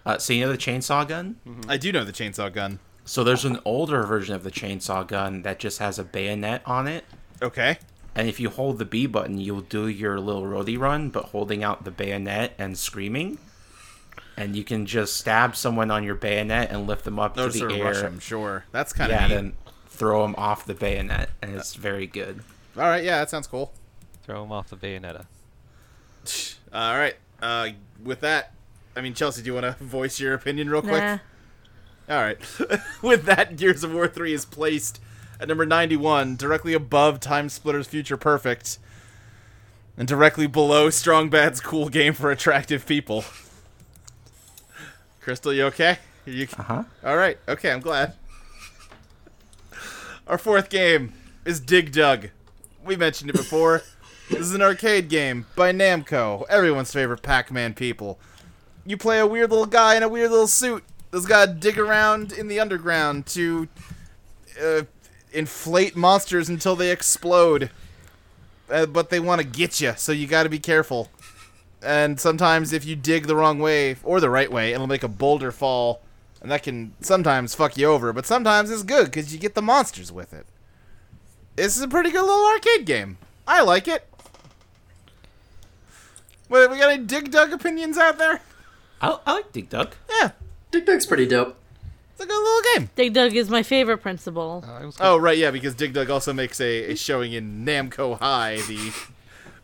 D: Uh, so, you know the chainsaw gun?
B: I do know the chainsaw gun.
D: So, there's an older version of the chainsaw gun that just has a bayonet on it.
B: Okay.
D: And if you hold the B button, you'll do your little roadie run, but holding out the bayonet and screaming. And you can just stab someone on your bayonet and lift them up
B: Oh,
D: to
B: sort of
D: the air.
B: rush 'em, sure. That's kind of
D: Yeah,
B: neat.
D: then throw him off the bayonet, and it's very good.
B: All right, yeah, that sounds cool.
F: Throw him off the bayonetta.
B: All right, uh, with that, I mean, Chelsea, do you want to [laughs] voice your opinion real [laughs] quick?
C: Nah.
B: All right. [laughs] With that, Gears of War 3 is placed at number 91, directly above Time Splitter's Future Perfect, and directly below Strong Bad's Cool Game for Attractive People. Crystal, you okay? Are you
D: Uh huh.
B: all right? Okay, I'm glad. Our fourth game is Dig Dug. We mentioned it before. this is an arcade game by Namco, everyone's favorite Pac-Man people you play a weird little guy in a weird little suit that's got to dig around in the underground to uh, inflate monsters until they explode. Uh, but they want to get you, so you got to be careful. And sometimes if you dig the wrong way or the right way, it'll make a boulder fall, and that can sometimes fuck you over. But sometimes it's good because you get the monsters with it. This is a pretty good little arcade game. I like it. Wait, we got any dig dug opinions out there?
D: I, I like Dig Dug.
B: Yeah,
E: Dig Dug's pretty dope.
B: it's a good little game.
C: Dig Dug is my favorite principal.
F: Uh, I was gonna-
B: Oh right, yeah, because Dig Dug also makes a, a showing in Namco High, the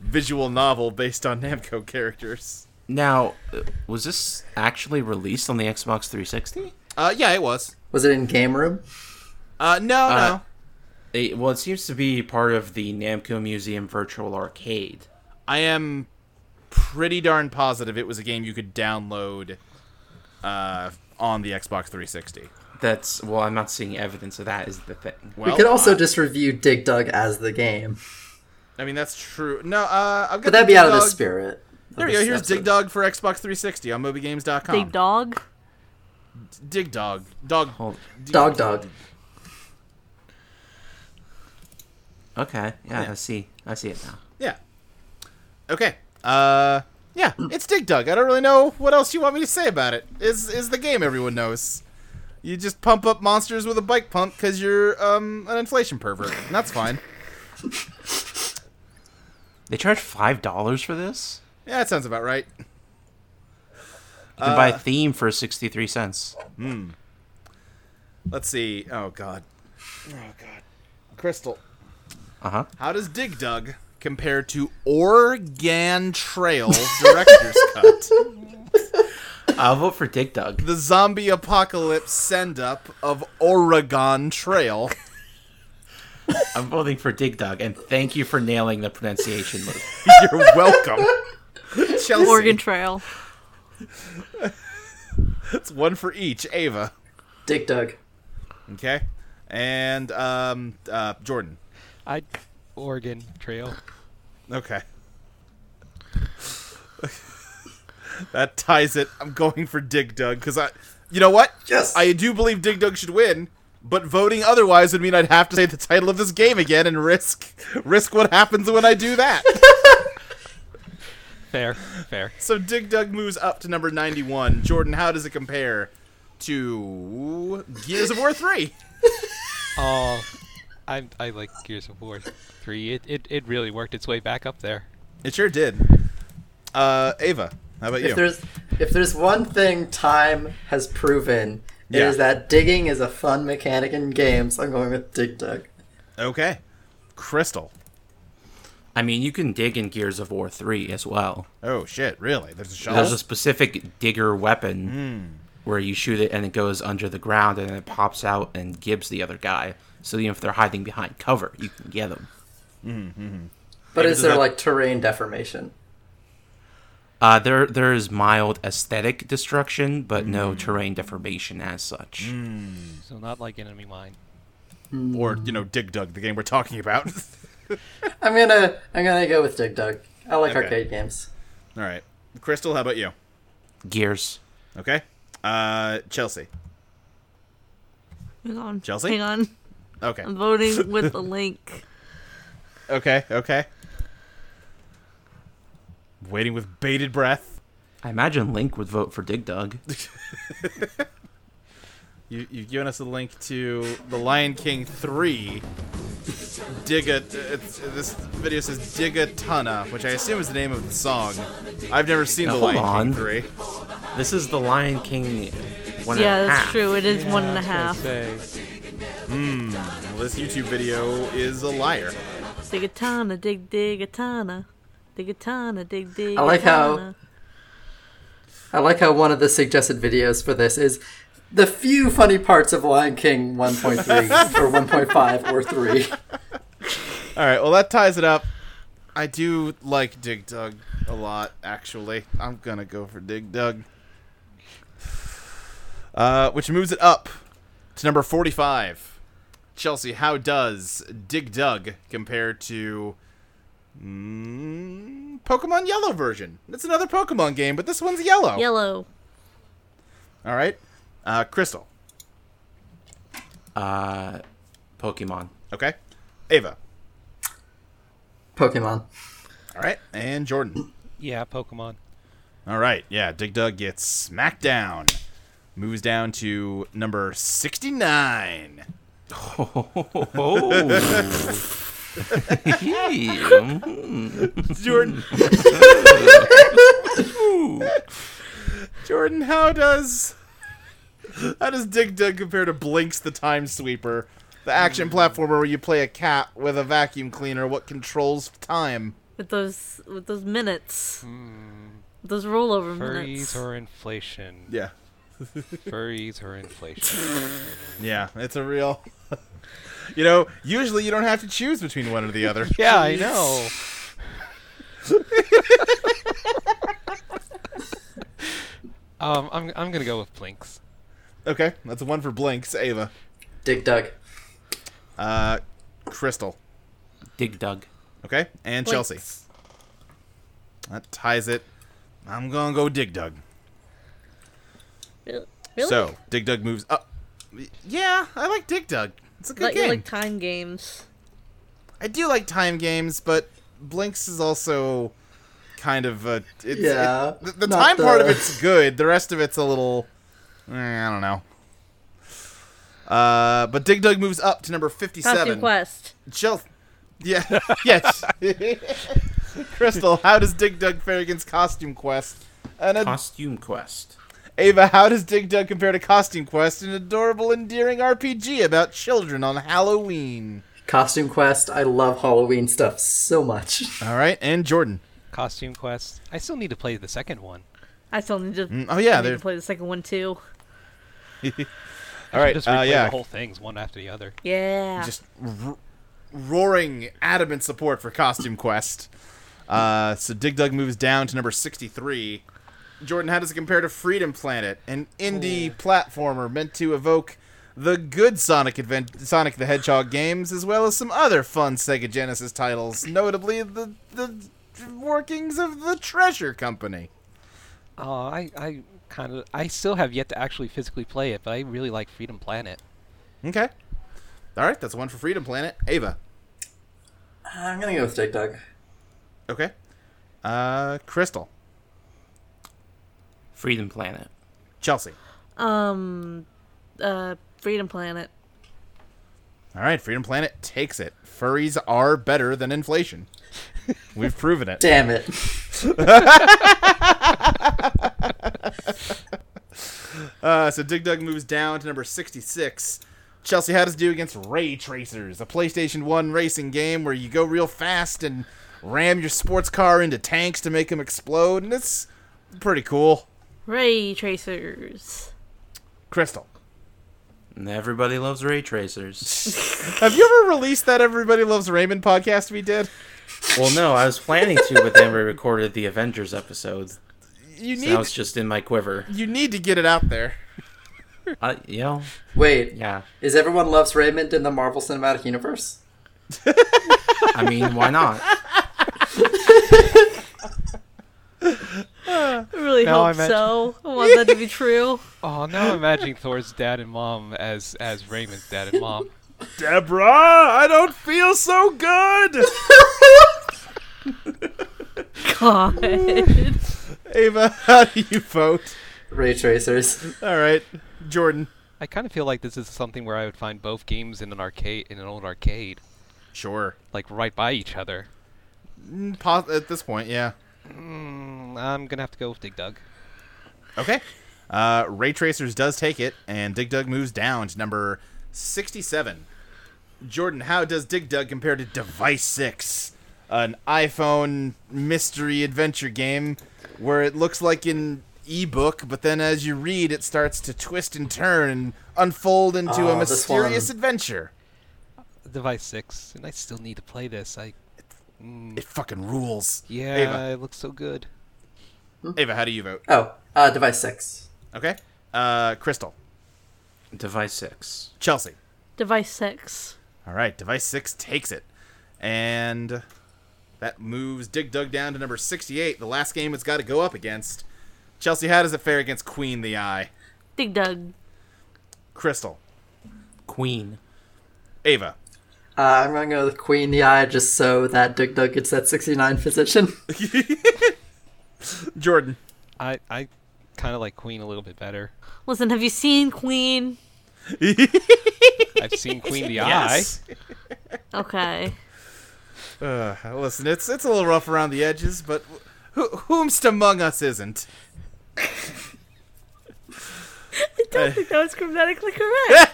B: visual novel based on Namco characters.
D: Now, uh, was this actually released on the Xbox 360?
B: Uh, yeah, it was.
E: Was it in Game Room?
B: Uh, no,
D: Uh,
B: no,
D: It, well, it seems to be part of the Namco Museum Virtual Arcade.
B: I am pretty darn positive it was a game you could download uh, on the Xbox 360.
D: That's well, I'm not seeing evidence of that. Is the thing?
B: Well,
E: we could also
B: uh,
E: just review Dig Dug as the game,
B: I mean, that's true. No, uh, I've got.
E: but that'd be
B: Dig
E: out of the
B: Dug-
E: spirit. of
B: There we
E: this
B: go. Here's Dig
E: episode.
B: Dug for Xbox 360 on MobyGames.com.
C: Dig Dog.
B: Dig Dog. Dog.
D: Hold.
E: Dog Dog.
D: Okay. Yeah, I see. I see it now.
B: Yeah. Okay. Uh yeah, it's Dig Dug. I don't really know what else you want me to say about it. Is is the game everyone knows. You just pump up monsters with a bike pump cuz you're um an inflation pervert. And that's fine.
D: They charge five dollars for this.
B: Yeah, that sounds about right.
D: You can buy a theme for sixty three cents.
B: Let's see. Oh god. Oh god. Crystal,
D: Uh huh.
B: how does Dig Dug compare to Oregon Trail [laughs] Director's Cut?
D: I'll vote for Dig Dug.
B: the zombie apocalypse send up of Oregon Trail.
D: I'm voting for Dig Dug, and thank you for nailing the pronunciation. Luke.
B: [laughs] You're welcome. Chelsea.
C: Oregon Trail.
B: It's one for each, Ava.
E: Dig Dug.
B: Okay. And um uh Jordan.
F: I Oregon Trail.
B: Okay. [laughs] that ties it. I'm going for Dig Dug cuz I You know what?
E: Yes.
B: I do believe Dig Dug should win, but voting otherwise would mean I'd have to say the title of this game again and risk risk what happens when I do that.
F: Fair, fair.
B: so Dig Dug moves up to number 91. Jordan, how does it compare to Gears of War 3?
F: [laughs] Oh, I I like Gears of War three. It, it it really worked its way back up there.
B: It sure did. Uh Ava, how about you?
E: If there's if there's one thing time has proven, it is
B: Yeah.
E: that digging is a fun mechanic in games. I'm going with Dig Dug.
B: Okay. Crystal.
D: I mean, you can dig in Gears of War three as well.
B: Oh shit, really? There's a shovel.
D: There's a specific digger weapon where you shoot it and it goes under the ground and it pops out and gives the other guy. So even if they're hiding behind cover, you can get them.
E: But is
B: does
E: there
B: that-
E: like terrain deformation?
D: Uh, there there is mild aesthetic destruction, but no terrain deformation as such.
F: So not like enemy mine.
B: or, you know, Dig Dug, the game we're talking about. [laughs]
E: I'm gonna I'm gonna go with Dig Dug. I like
B: Okay.
E: arcade games.
B: All right. Crystal, how about you?
D: Gears.
B: Okay. Uh Chelsea.
C: Hang on.
B: Chelsea?
C: Hang on.
B: Okay.
C: I'm
F: [laughs]
C: voting with the link.
B: Okay, okay. Waiting with bated breath.
D: I imagine Link would vote for Dig Dug.
B: You, you've given us a link to The Lion King 3. Dig a. uh, It's, this video says Digatana, which I assume is the name of the song. I've never seen
D: Now,
B: The
D: hold
B: Lion
D: on.
B: King 3.
D: This is the Lion King. One and
C: yeah,
D: a
C: that's
D: half.
C: true. It is one and
F: Ah. Yeah,
C: a
F: I was
C: half.
F: gonna say,
B: Well, this YouTube video is a liar.
C: Digatana, dig digatana. Digatana, dig digatana.
E: I like how- I like how one of the suggested videos for this is the few funny parts of Lion King 1.3
B: [laughs]
E: or 1.5 or 3.
B: All right, well that ties it up. I do like Dig Dug a lot, actually. I'm gonna go for Dig Dug, uh, which moves it up to number 45. Chelsea, how does Dig Dug compare to mm, Pokemon Yellow version? It's another Pokemon game, but this one's yellow.
C: Yellow.
B: All right, uh, Crystal.
D: Uh, Pokemon.
B: Okay, Ava.
E: Pokemon.
B: All right, and Jordan.
F: Yeah, Pokemon.
B: All right, yeah, Dig Dug gets smacked down. Moves down to number 69.
D: Oh. Hmm.
B: Jordan. [laughs] Jordan, how does how does Dig Dug compare to Blinks the Time Sweeper, the action platformer where you play a cat with a vacuum cleaner what controls time?
C: With those with those minutes.
F: Hmm.
C: With Those rollover minutes.
F: Furries or inflation.
B: Yeah.
F: Furries or inflation.
B: [laughs] Yeah, it's a real [laughs] You know, usually you don't have to choose between one or the [laughs] other.
F: yeah, I know. [laughs] um, I'm I'm gonna go with Blinks.
B: Okay, that's a one for Blinks, Ava.
E: Dig Dug.
B: Uh Crystal.
D: [laughs] Dig Dug.
B: Okay, and Chelsea.
C: Blinks.
B: That ties it. I'm gonna go Dig Dug.
C: Re- Really?
B: So Dig Dug moves up. Yeah, I like Dig Dug. It's a good
C: Like, you
B: game.
C: like time games.
B: I do like time games, but Blinks is also kind of a. It's,
E: Yeah,
B: it- the the
E: not
B: time part of
E: the-
B: it's good. The rest of it's a little. eh, I don't know. Uh, but Dig Dug moves up to number
C: Costume
B: fifty-seven.
C: Quest.
B: Chelsea. Yeah. [laughs] yes. Crystal, how does Dig Dug fare against Costume Quest? And a
D: Costume Quest.
B: Ava, how does Dig Dug compare to Costume Quest, an adorable, endearing RPG about children on Halloween?
E: Costume Quest. I love Halloween stuff so much.
B: All right, and Jordan.
F: Costume Quest. I still need to play the second one.
C: I still need to,
B: oh, yeah,
C: I need
B: there-
C: to play the second one too.
B: All right,
F: Just
B: uh,
F: replay
B: yeah,
F: the whole things one after the other.
C: Yeah.
B: just ro- roaring, adamant support for Costume Quest. Uh, so Dig Dug moves down to number sixty-three. Jordan, how does it compare to Freedom Planet, an indie platformer meant to evoke the good Sonic Advent- Sonic the Hedgehog games, as well as some other fun Sega Genesis titles, notably the the workings of the Treasure Company.
F: Oh, I I kind of I still have yet to actually physically play it, but I really like Freedom Planet.
B: Okay. All right, that's one for Freedom Planet. Ava.
E: [laughs] I'm gonna go with Dig Dug.
B: Okay. Uh, Crystal.
D: Freedom Planet.
B: Chelsea.
C: um uh Freedom Planet.
B: All right, Freedom Planet takes it. Furries are better than [laughs] inflation. We've proven it.
E: Damn it.
B: Uh, so Dig Dug moves down to number 66. Chelsea, how does it do against Ray Tracers, a PlayStation 1 racing game where you go real fast and ram your sports car into tanks to make them explode? And it's pretty cool.
C: Ray Tracers.
B: Crystal.
D: And everybody loves ray tracers.
B: Have you ever released that Everybody Loves Raymond podcast we did?
D: [laughs] well, no, I was planning to, but then we recorded the Avengers episode.
B: You
D: So now
B: need
D: it's just in my quiver.
B: you need to get it out there.
D: Uh, you know,
E: Wait,
D: yeah.
E: is everyone loves Raymond in the Marvel Cinematic Universe?
D: I mean, why not?
C: I really
F: Now
C: hope
F: I imagine- [laughs]
C: so. I want that to be true.
F: Oh, now I'm imagining Thor's dad and mom as as Raymond's dad and mom.
B: [laughs] Deborah, I don't feel so good. [laughs]
F: [laughs]
C: God.
B: [laughs] Ava, how do you vote?
E: Ray Tracers. [laughs]
B: All right, Jordan.
F: I kind of feel like this is something where I would find both games in an arcade in an old arcade,
B: Sure.
F: like right by each other.
B: Pos- at this point, yeah.
F: Mm, I'm gonna have to go with Dig Dug.
B: Okay. Uh, Ray Tracers does take it, and Dig Dug moves down to number 67. Jordan, how does Dig Dug compare to Device 6? An iPhone mystery adventure game where it looks like an ebook, but then as you read, it starts to twist and turn and unfold into a
E: Oh, this one.
B: mysterious adventure.
F: Device six, and I still need to play this. I
B: It fucking rules.
F: yeah,
B: Ava,
F: it looks so good.
B: Ava how do you vote?
E: Oh, uh, device six.
B: Okay. Uh, Crystal.
D: Device 6.
B: Chelsea.
C: Device six.
B: All right, device six takes it, and that moves Dig Dug down to number sixty-eight. The last game it's got to go up against. Chelsea, how does it fare against Queen the Eye?
C: Dig Dug.
B: Crystal,
D: Queen.
B: Ava,
E: Uh, I'm gonna go with Queen the Eye just so that Dig Dug gets that 69 [laughs] position.
B: [laughs] Jordan.
F: I I kind of like Queen a little bit better.
C: Listen, have you seen Queen?
D: [laughs]
F: I've seen Queen the
C: Okay.
B: Uh, listen, it's it's a little rough around the edges, but who, whomst among us isn't?
C: [laughs] I don't think that was
B: [laughs]
C: grammatically correct.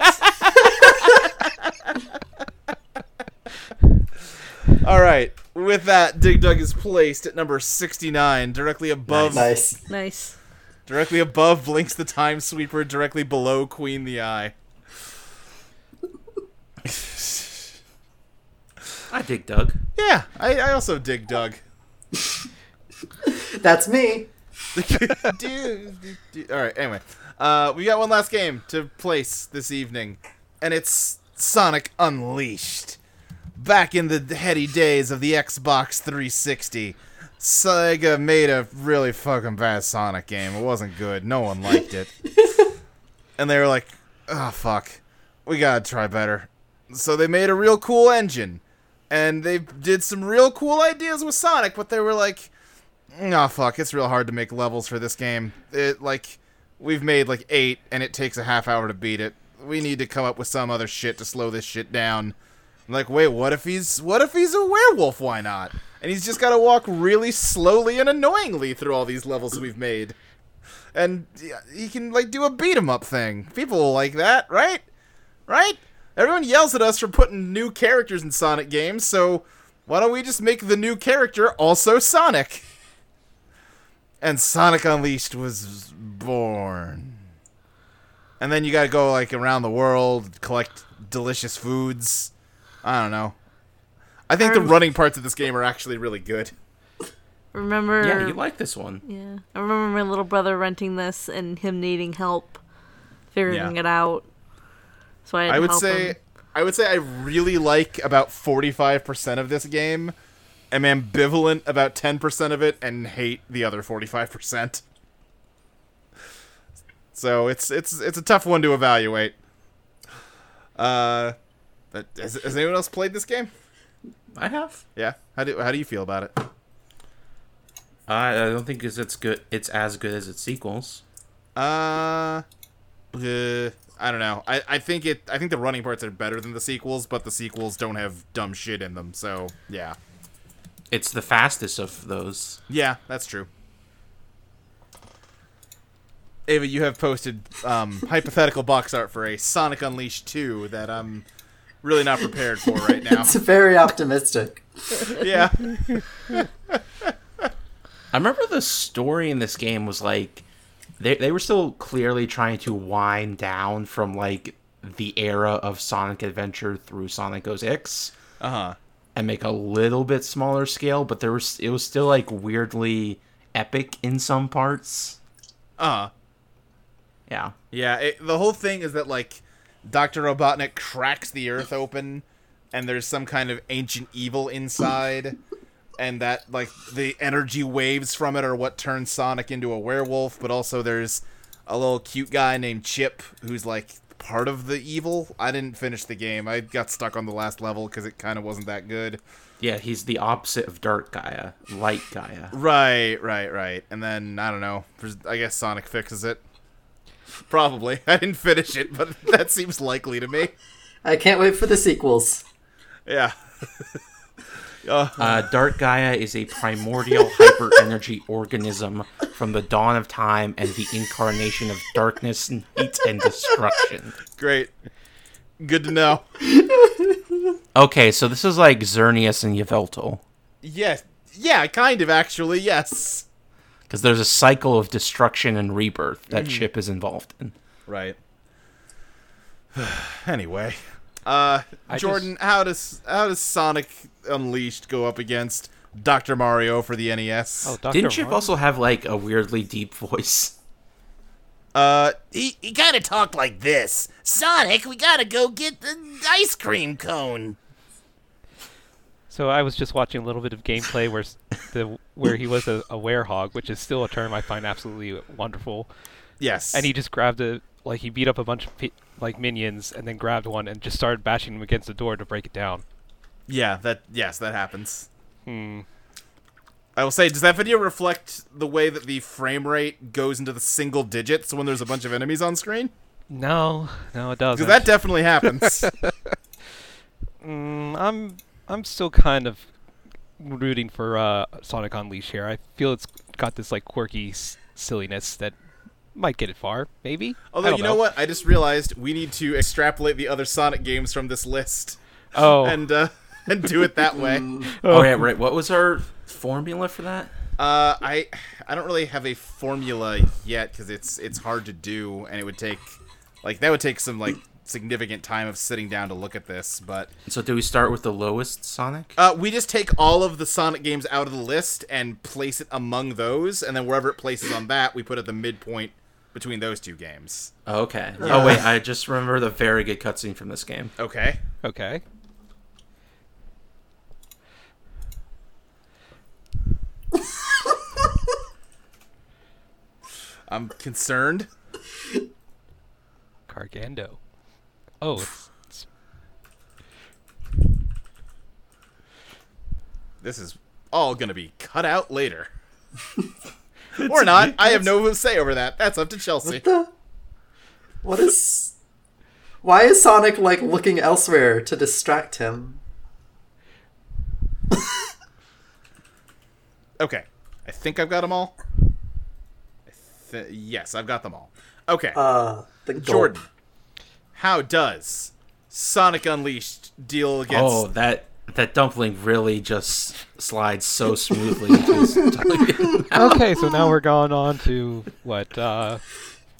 B: All right, with that, Dig Dug is placed at number sixty-nine, directly above
E: nice.
C: nice.
B: directly above Blinks the Time Sweeper, directly below Queen the Eye.
D: I dig Doug.
B: Yeah, I, I also dig Doug.
E: That's me.
B: do, do, do. [laughs] All right. Anyway, uh, we got one last game to place this evening, and it's Sonic Unleashed. Back in the heady days of the Xbox 360, Sega made a really fucking bad Sonic game. It wasn't good. No one liked it, and they were like, "Oh fuck, we gotta try better." So they made a real cool engine, and they did some real cool ideas with Sonic, but they were like. Nah, fuck. It's real hard to make levels for this game. It like we've made like eight, and it takes a half hour to beat it. We need to come up with some other shit to slow this shit down. I'm like, wait, what if he's what if he's a werewolf? Why not? And he's just got to walk really slowly and annoyingly through all these levels we've made, and yeah, he can like do a beat 'em up thing. People will like that, right? Right? Everyone yells at us for putting new characters in Sonic games, so why don't we just make the new character also Sonic? [laughs] and Sonic Unleashed was born. And then you gotta go like around the world, collect delicious foods. I don't know. I think the
C: Um,
B: running parts of this game are actually really good.
C: Remember?
D: Yeah, you like this one.
C: Yeah. I remember my little brother renting this and him needing help figuring
B: Yeah.
C: it out. So I, had
B: I
C: to
B: would
C: help
B: say
C: him.
B: I would say I really like about 45% of this game. I'm ambivalent about 10% of it and hate the other 45%. So it's it's it's a tough one to evaluate. Uh but has, has anyone else played this game?
D: I have.
B: Yeah. How do how do you feel about it?
D: I, I don't think it's, it's good. It's as good as its sequels.
B: Uh, uh, I don't know. I, I think it. I think the running parts are better than the sequels, but the sequels don't have dumb shit in them. So yeah,
D: It's the fastest of those.
B: yeah, that's true. Ava, you have posted um, [laughs] hypothetical box art for a Sonic Unleashed two that I'm really not prepared for right
E: [laughs]
B: now.
E: It's very optimistic.
B: yeah,
D: I remember the story in this game was like they they were still clearly trying to wind down from like the era of Sonic Adventure through Sonic 06
B: uh huh.
D: and make a little bit smaller scale, but there was it was still like weirdly epic in some parts.
B: Uh huh.
D: Yeah.
B: Yeah, it, the whole thing is that like Dr. Robotnik cracks the earth open and there's some kind of ancient evil inside and that like the energy waves from it are what turns Sonic into a werewolf, but also there's a little cute guy named Chip who's like part of the evil. I didn't finish the game. I got stuck on the last level cuz it kind of wasn't that good.
D: Yeah, he's the opposite of Dark Gaia, Light Gaia.
B: Right, right, right. And then I don't know. There's- I guess Sonic fixes it. Probably. [laughs] I didn't finish it, but that seems likely to me.
E: I can't wait for the sequels.
B: Yeah. [laughs] Oh,
D: Uh, Dark Gaia is a primordial hyper energy organism from the dawn of time and the incarnation of darkness, and hate, and destruction.
B: Great. Good to know.
D: Okay, so this is like Xerneas and Yveltal.
B: yes. Yeah, kind of actually. Yes.
D: Because there's a cycle of destruction and rebirth that ship is involved in.
B: Right. [sighs] anyway, uh,
F: I
B: Jordan, how does how does Sonic Unleashed go up against Dr. Mario for the E
F: Oh,
B: NES?
F: Dr.
D: Didn't Chip
F: Mario?
D: also have like a weirdly deep voice?
B: Uh, he
G: He kind of talked like this Sonic, we gotta go get the ice cream cone.
F: So I was just watching a little bit of
D: [laughs]
F: gameplay where s- the where he was a, a werehog, which is still a term I find absolutely wonderful.
B: yes,
F: And he just grabbed a like he beat up a bunch of pe- like minions and then grabbed one and just started bashing him against the door to break it down.
B: yeah that yes that happens. Hmm. I will say, does that video reflect the way that the frame rate goes into the single digits when there's a bunch of enemies on screen?
F: No, no, it doesn't.
B: Because that definitely happens.
F: Mm, I'm I'm still kind of rooting for uh, Sonic Unleashed here. I feel it's got this like quirky s- silliness that might get it far, maybe. I
B: Although
F: don't
B: you know. what, I just realized we need to extrapolate the other Sonic games from this list
F: Oh,
B: and uh, [laughs] and do it that way.
D: Oh, yeah, right. What was our formula for that?
B: Uh, I I don't really have a formula yet because it's it's hard to do, and it would take like that would take some like significant time of sitting down to look at this. But
D: So do we start with the lowest Sonic?
B: uh, we just take all of the Sonic games out of the list and place it among those, and then wherever it places on that, we put at the midpoint between those two games.
D: okay. Oh wait, I just remember the very good cutscene from this game.
B: Okay.
F: okay.
B: I'm concerned.
F: Cargando. Oh, it's, it's-
B: This is all gonna be cut out later. or not. I have no say over that. That's up to Chelsea.
E: What is? Why is Sonic like looking elsewhere to distract him?
B: Okay. I think I've got them all. I th- yes, I've got them all. Okay.
E: Uh, the gulp.
B: Jordan, how does Sonic Unleashed deal against.
D: Oh, that that dumpling really just slides so smoothly. into [laughs] his tummy.
F: okay. So now we're going on to what? Uh,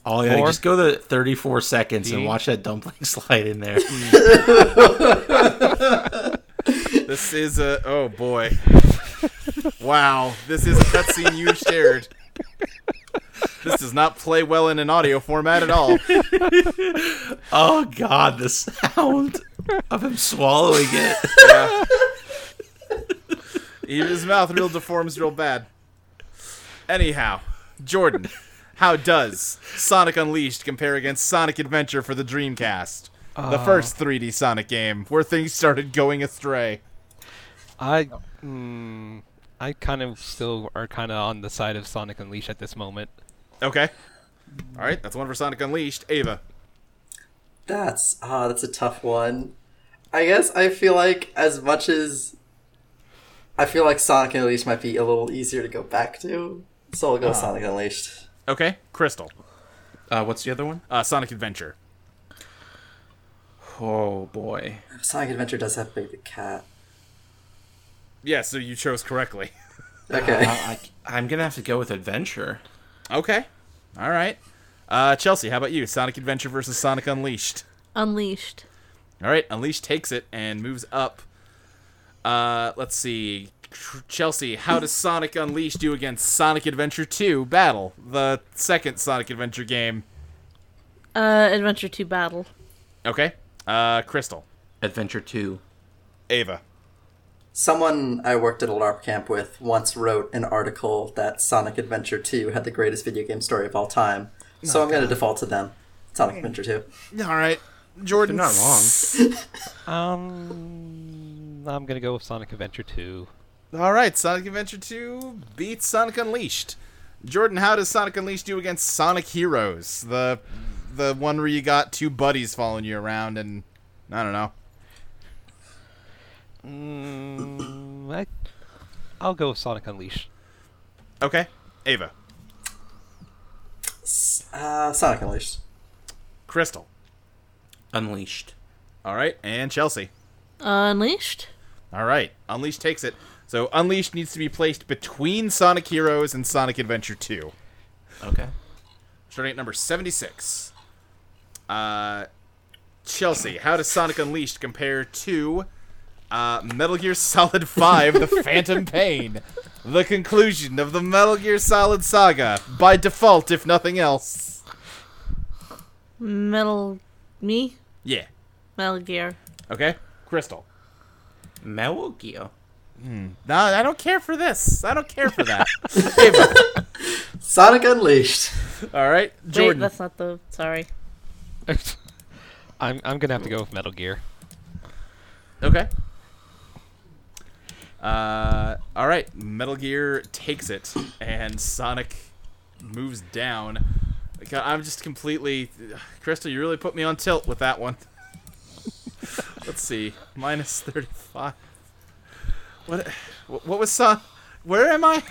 D: oh yeah,
F: Four.
D: just go to 34 seconds and
F: D.
D: watch that dumpling [laughs] slide in there.
B: This is a. Oh, boy. wow. This is a cutscene you shared. This does not play well in an audio format at all.
D: oh god, the sound of him swallowing it.
B: Yeah. Even his mouth real deforms real bad. Anyhow, Jordan, how does Sonic Unleashed compare against Sonic Adventure for the Dreamcast? the first 3D Sonic game where things started going astray.
F: I, mm, I kind of still are kind of on the side of Sonic Unleashed at this moment.
B: Okay. All right, that's one for Sonic Unleashed. Ava.
E: That's ah, that's a tough one. I guess I feel like as much as I feel like Sonic Unleashed might be a little easier to go back to, so I'll go Sonic Unleashed.
B: Okay. Crystal.
D: Uh, what's the other one?
B: Uh, Sonic Adventure.
D: Oh boy.
E: Sonic Adventure does have Big the Cat.
B: Yeah, so you chose correctly.
E: Okay,
D: I, I'm gonna have to go with adventure.
B: okay. All right. Uh, Chelsea, how about you? Sonic Adventure versus Sonic Unleashed.
C: Unleashed.
B: All right, Unleash takes it and moves up. Uh, let's see. Tr- Chelsea, how does Sonic Unleash do against Sonic Adventure 2 Battle, the second Sonic Adventure game?
C: Uh, Adventure 2 Battle.
B: Okay. Uh, Crystal.
D: Adventure two.
B: Ava.
E: someone I worked at a LARP camp with once wrote an article that Sonic Adventure Two had the greatest video game story of all time, so I'm going to default to them. Sonic Adventure Two.
B: All right. Jordan.
D: They're not wrong.
F: Um, I'm gonna go with Sonic Adventure 2.
B: All right, Sonic Adventure 2 beats Sonic Unleashed. Jordan, how does Sonic Unleashed do against Sonic Heroes? The the one where you got two buddies following you around and I don't know.
F: Mm, I, I'll go with Sonic Unleashed.
B: Okay. Ava.
E: Uh, Sonic Unleashed.
B: Crystal.
D: Unleashed.
B: All right, and Chelsea.
C: Unleashed.
B: All right, Unleashed takes it. So Unleashed needs to be placed between Sonic Heroes and Sonic Adventure 2,
D: Okay.
B: starting at number 76. Uh, Chelsea, how does Sonic Unleashed compare to uh, Metal Gear Solid [laughs] 5 The Phantom Pain? The conclusion of the Metal Gear Solid saga, by default, if nothing else.
C: Metal. Me?
B: Yeah.
C: Metal Gear.
B: Okay. Crystal.
D: Melgio.
B: No, I don't care for this. I don't care for that. [laughs] Ava.
E: Sonic Unleashed.
B: All right,
C: Wait,
B: Jordan.
C: that's not the. [laughs] Sorry.
F: [laughs] I'm I'm gonna have to go with Metal Gear.
B: Okay. Uh, all right. Metal Gear takes it, and Sonic moves down. God, I'm just completely, Crystal. You really put me on tilt with that one. [laughs] Let's see, minus thirty-five. What? What was Son? Where am I?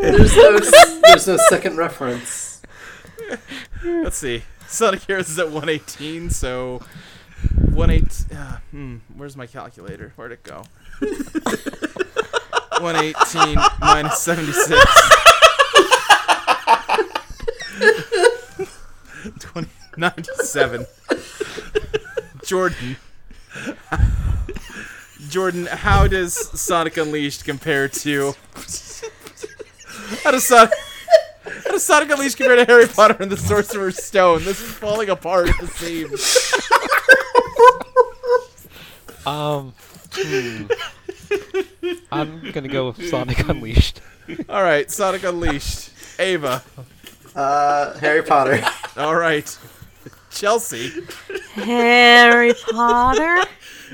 E: There's no, there's no second reference.
B: [laughs] Let's see. Sonic Heroes is at 118, so 18. Uh, hmm, where's my calculator? Where'd it go? 118 minus [laughs] 76. 20, 97. Jordan. Jordan, how does Sonic Unleashed compare to. How does Sonic. How does Sonic Unleashed compare to Harry Potter and the Sorcerer's Stone? This is falling apart at the seams.
F: Um, hmm. I'm gonna go with [laughs] Sonic Unleashed.
B: All right, Sonic Unleashed. Ava.
E: Uh, Harry Potter. [laughs]
B: All right. Chelsea.
C: Harry Potter?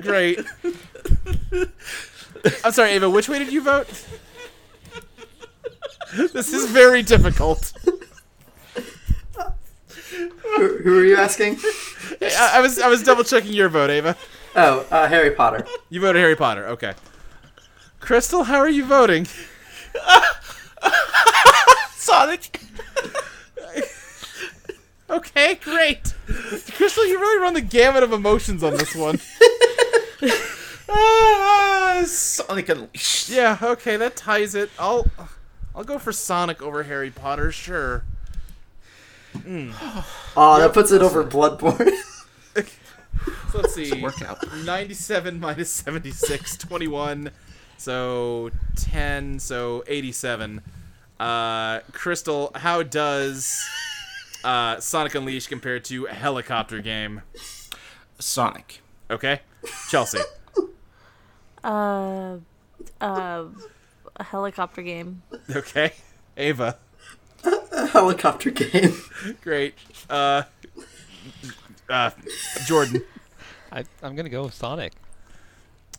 B: Great. I'm sorry, Ava. Which way did you vote? This is very difficult.
E: Who, who are you asking?
B: I, I was I was double checking your vote, Ava.
E: Oh, uh, Harry Potter.
B: You voted Harry Potter. Okay. Crystal, how are you voting?
G: Sonic.
B: Okay, great. Crystal, you really run the gamut of emotions on this one.
G: Ah, Sonic Unleashed.
B: Yeah, okay, that ties it. I'll I'll go for Sonic over Harry Potter, sure.
E: Oh, that puts it over Bloodborne. [laughs]
B: So let's see.
D: Workout.
B: 97 minus 76, 21. So 10, so 87. Uh, Crystal, how does uh, Sonic Unleashed compare to Helicopter Game?
D: Sonic.
B: Okay. Chelsea.
C: Uh. Uh. A helicopter game.
B: Okay. Ava.
E: Helicopter game.
B: Great. Uh, uh, Jordan.
F: I I'm gonna go with Sonic.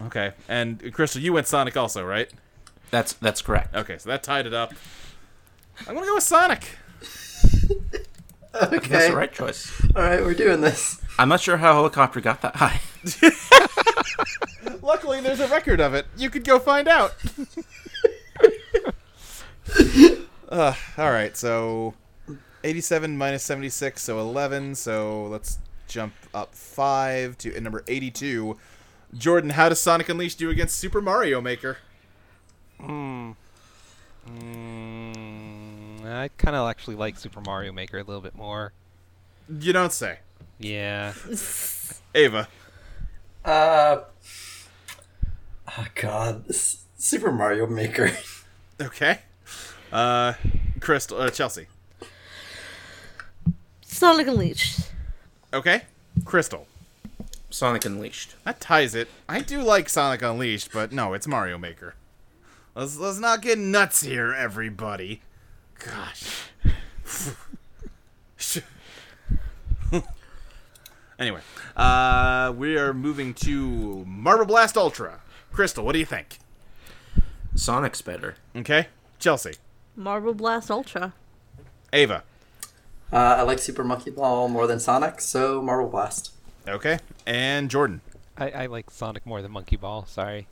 B: Okay. And Crystal, you went Sonic also, right?
D: That's that's correct.
B: Okay, so that tied it up. I'm gonna go with Sonic.
D: [laughs]
E: Okay.
D: That's the right choice.
E: All right, we're doing this.
D: I'm not sure how helicopter got that high.
B: Luckily, there's a record of it. You could go find out. [laughs] uh, all right, so 87 minus 76, so 11. So let's jump up five to at number 82. Jordan, how does Sonic Unleashed do against Super Mario Maker?
F: Mm, Hmm. I kind of actually like Super Mario Maker a little bit more.
B: You don't say.
F: Yeah.
B: Ava.
E: Uh, oh God, this Super Mario Maker. [laughs]
B: Okay. Uh, Crystal, uh, Chelsea.
C: Sonic Unleashed.
B: Okay. Crystal.
D: Sonic Unleashed.
B: That ties it. I do like Sonic Unleashed, but no, it's Mario Maker. Let's let's not get nuts here, everybody. Gosh. [laughs] anyway, uh, we are moving to Marble Blast Ultra. Crystal, what do you think?
D: Sonic's better.
B: Okay, Chelsea,
C: Marble Blast Ultra.
B: Ava.
E: Uh, I like Super Monkey Ball more than Sonic, so Marble Blast.
B: Okay, and Jordan.
F: I, I like Sonic more than Monkey Ball. Sorry.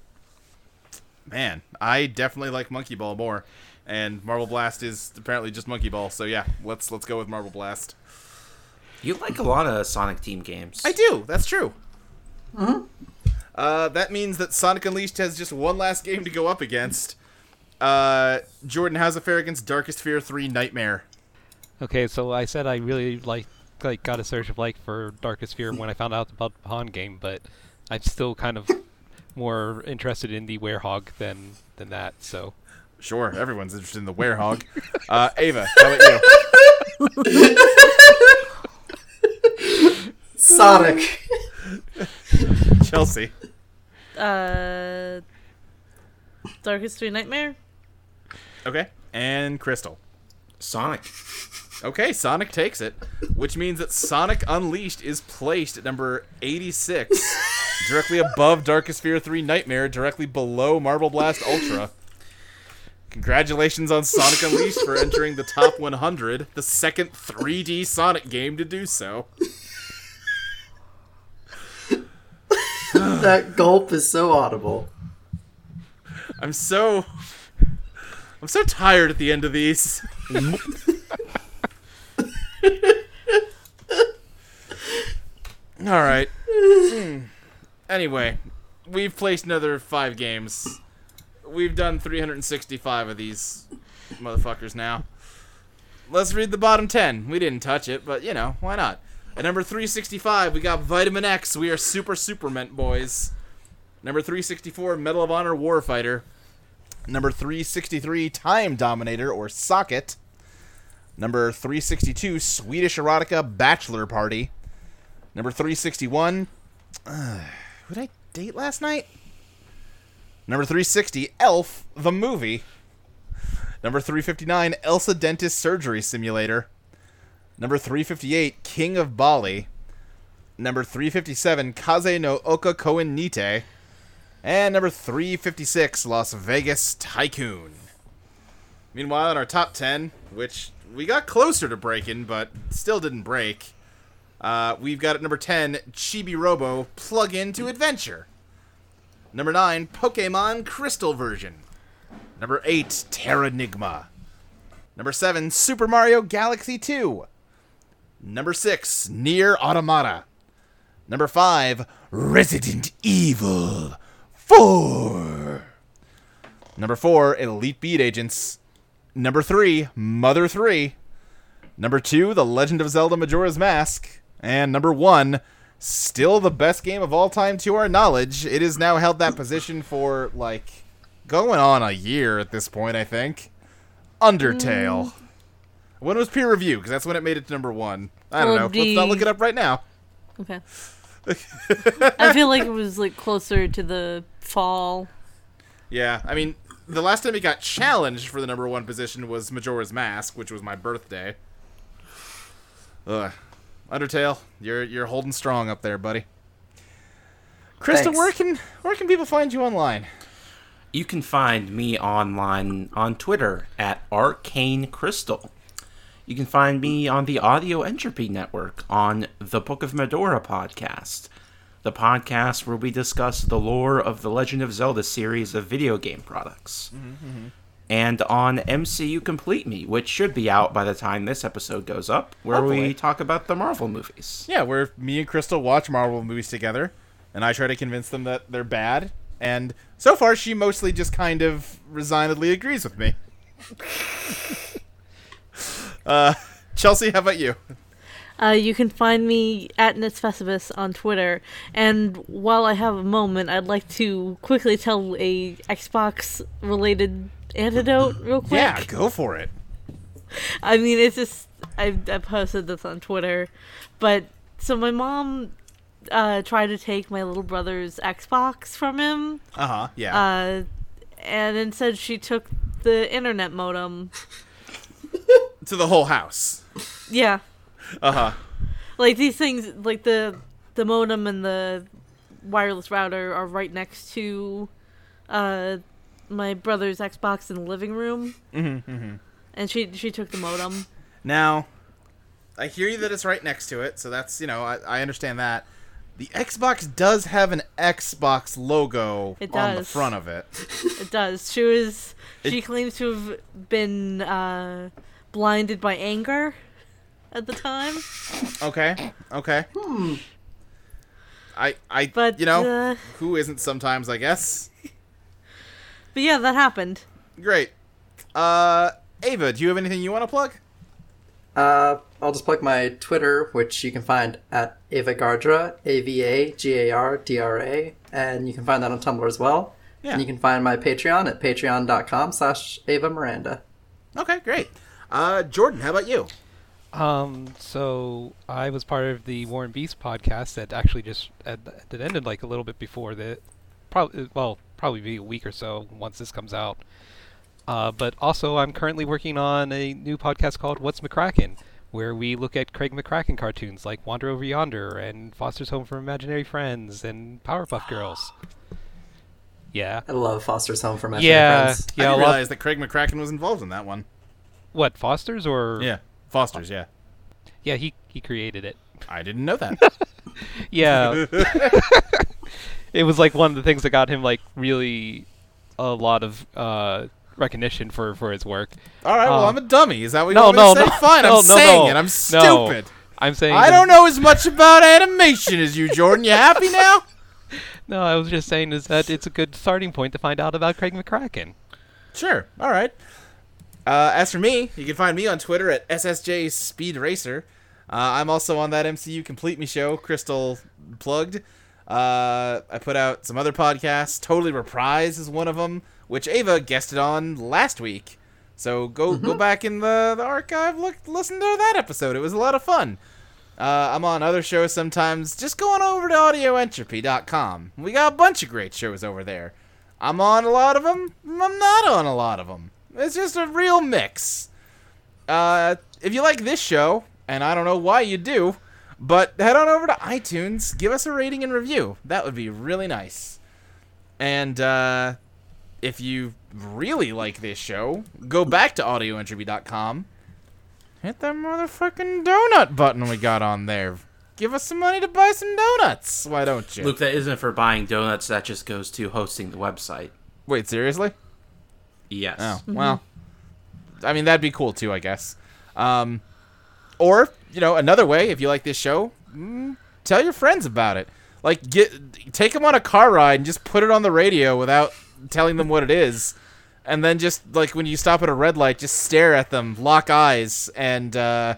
B: Man, I definitely like Monkey Ball more, and Marble Blast is apparently just Monkey Ball. So yeah, let's let's go with Marble Blast.
D: You like a lot of Sonic Team games.
B: I do. That's true. Uh, that means that Sonic Unleashed has just one last game to go up against. Uh, Jordan, how's it fare against Darkest Fear 3 Nightmare?
F: Okay, so I said I really like like got a search of like for Darkest Fear when I found out about the Han game, but I'm still kind of more interested in the Werehog than than that. So
B: Sure, everyone's interested in the Werehog. Uh, Ava, how about you? [laughs]
E: Sonic.
D: [laughs]
B: Chelsea.
C: Uh, Darkest Three Nightmare.
B: Okay. And Crystal.
D: Sonic.
B: Okay, Sonic takes it, which means that Sonic Unleashed is placed at number 86, directly above Darkest Fear 3 Nightmare, directly below Marble Blast Ultra. Congratulations on Sonic Unleashed for entering the top 100, the second 3D Sonic game to do so.
E: that gulp is so audible.
B: I'm so I'm so tired at the end of these. All right. Hmm. Anyway, we've placed another 5 games. We've done 365 of these motherfuckers now. Let's read the bottom 10. We didn't touch it, but you know, why not? At number 365, we got Vitamin X. We are super super mint boys. Number 364, Medal of Honor Warfighter. Number 363, Time Dominator or Socket. Number 362, Swedish Erotica Bachelor Party. Number 361, uh, who did I date last night? Number 360, Elf the Movie. Number 359, Elsa Dentist Surgery Simulator. Number 358, King of Bali. Number 357, Kaze no Oka Koen Nite. And number 356, Las Vegas Tycoon. Meanwhile, in our top 10, which we got closer to breaking, but still didn't break, uh, we've got at number 10, Chibi Robo Plug Into Adventure. Number 9, Pokemon Crystal Version. Number 8, Terranigma. Number 7, Super Mario Galaxy 2. Number 6, Near Automata. Number 5, Resident Evil 4. Number 4, Elite Beat Agents. Number 3, Mother 3. Number 2, The Legend of Zelda Majora's Mask. And number 1, still the best game of all time to our knowledge. It has now held that position for, like, going on a year at this point, I think.
C: Mm.
B: Undertale. When was peer review? Because that's when it made it to number 1. I don't
C: Well,
B: know. Let's not
C: the-
B: look it up right now.
C: Okay. I feel like it was like closer to the fall.
B: Yeah, I mean, the last time he got challenged for the number one position was Majora's Mask, which was my birthday. Ugh. Undertale, you're you're holding strong up there, buddy. Krista,
E: Thanks.
B: where can where can people find you online?
D: You can find me online on Twitter at Arcane Crystal. You can find me on the Audio Entropy Network on the Book of Medora podcast, the podcast where we discuss the lore of the Legend of Zelda series of video game products.
B: Mm-hmm,
D: And on MCU Complete Me, which should be out by the time this episode goes up, where
B: Hopefully.
D: we talk about the Marvel movies.
B: Yeah, where me and Crystal watch Marvel movies together, and I try to convince them that they're bad. And so far, she mostly just kind of resignedly agrees with [laughs] me. uh, Chelsea, how about you?
C: Uh, you can find me at Nitspecibus on Twitter. And while I have a moment, I'd like to quickly tell a Xbox related antidote real quick.
B: Yeah, go for it.
C: I mean, it's just I, I posted this on Twitter, but so my mom uh, tried to take my little brother's Xbox from him,
B: Uh huh. Yeah.
C: uh, and instead she took the internet modem.
B: to the whole house.
C: Yeah,
B: Uh
C: Uh-huh.
B: huh.
C: like these things, like the the modem and the wireless router are right next to uh, my brother's Xbox in the living room. Mm-hmm, And she she took the modem.
B: Now, I hear you that it's right next to it, so that's you know I, I understand that. The Xbox does have an Xbox logo
C: It
B: on the
C: does.
B: front of it.
C: It does. She was. She
B: It-
C: claims to have been uh, blinded by anger at the time.
B: Okay. Okay. I I
C: But,
B: you know
C: uh,
B: who isn't sometimes I guess.
C: But yeah, that happened.
B: Great. Uh, Ava, do you have anything you want to plug?
E: Uh, I'll just plug my Twitter, which you can find at Avagardra, A V A G A R D R A, and you can find that on Tumblr as well.
B: Yeah.
E: And you can find my Patreon at patreon.com slash Ava Miranda.
B: Okay, great. Uh, Jordan, how about you?
F: Um, so I was part of the Warren Beast podcast that actually just uh, that ended like a little bit before that. Probably well, probably be a week or so once this comes out. Uh, but also, I'm currently working on a new podcast called What's McCracken, where we look at Craig McCracken cartoons like Wander Over Yonder and Foster's Home for Imaginary Friends and Powerpuff Girls. Yeah.
E: I love Foster's Home for Imaginary
F: Yeah.
E: Friends.
B: I
F: Yeah.
B: didn't
F: a lot-
B: realize that Craig McCracken was involved in that one.
F: what Foster's or
B: Yeah, Foster's. Yeah,
F: yeah he he created it.
B: I didn't know [laughs] that. [laughs]
F: Yeah. it was like one of the things that got him like really a lot of uh, recognition for, for his work.
B: All right, well
F: Uh,
B: I'm a dummy. Is that what Oh, you
F: No,
B: want me
F: no,
B: to say?
F: no,
B: Fine,
F: no, no,
B: I'm saying
F: no.
B: it. I'm
F: No.
B: stupid.
F: I'm saying
B: I don't know as much about animation as you, Jordan. You happy
F: [laughs]
B: now?
F: No, I was just saying is that it's a good starting point to find out about Craig McCracken.
B: Sure. All right. Uh, as for me, you can find me on Twitter at SSJ Speed Racer. Uh, I'm also on that MCU Complete Me show, Crystal plugged. Uh, I put out some other podcasts. Totally Reprise is one of them, which Ava guested on last week. So go
F: Mm-hmm.
B: go back in the, the archive, look, listen to that episode. It was a lot of fun. Uh, I'm on other shows sometimes. Just go on over to audioentropy.com. We got a bunch of great shows over there. I'm on a lot of them. I'm not on a lot of them. It's just a real mix. Uh, if you like this show, and I don't know why you do, but head on over to iTunes, give us a rating and review. That would be really nice. And uh, if you really like this show, go back to audioentropy.com. Hit that motherfucking donut button we got on there. Give us some money to buy some donuts. Why don't you?
D: Luke, that isn't for buying donuts. That just goes to hosting the website.
B: Wait, seriously?
D: Yes.
B: Oh, well. I mean, that'd be cool too, I guess. Um, or, you know, another way, if you like this show, mm, tell your friends about it. Like, get take them on a car ride and just put it on the radio without telling them what it is. And then just, like, when you stop at a red light, just stare at them, lock eyes, and, uh,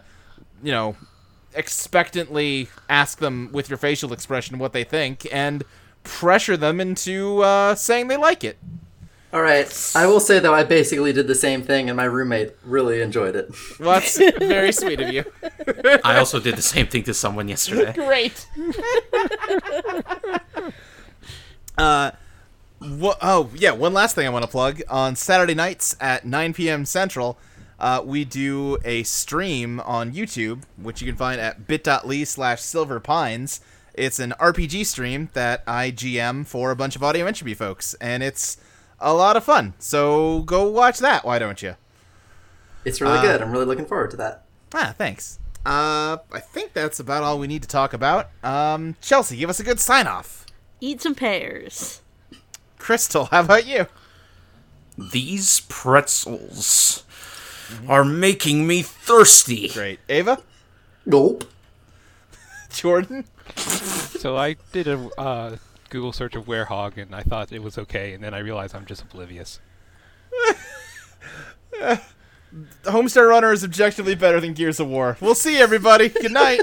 B: you know, expectantly ask them with your facial expression what they think and pressure them into uh, saying they like it.
E: All right. I will say, though, I basically did the same thing, and my roommate really enjoyed it.
B: Well, that's very sweet of you.
D: [laughs] I also did the same thing to someone yesterday.
B: Great. uh, wha- oh yeah, one last thing I want to plug on Saturday nights at 9 p.m. Central. Uh, we do a stream on YouTube, which you can find at bit.ly slash silver pines. It's an RPG stream that I GM for a bunch of audio entropy folks, and it's a lot of fun. So go watch that, why don't you?
E: It's really good. I'm really looking forward to that.
B: Ah, thanks. Uh, I think that's about all we need to talk about. Um, Chelsea, give us a good sign off.
C: Eat some pears.
B: Crystal, [laughs] how about you?
D: These pretzels are making me thirsty.
B: Great. Ava?
E: Gulp.
B: [laughs] Jordan?
F: So I did a uh, Google search of Werehog and I thought it was okay, and then I realized I'm just oblivious.
B: Homestar Runner is objectively better than Gears of War. We'll see, everybody. Good night.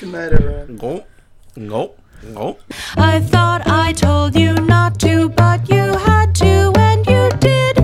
E: Good night, everyone.
D: Nope. Nope. Nope.
A: I thought I told you not to, but you had to, and you did.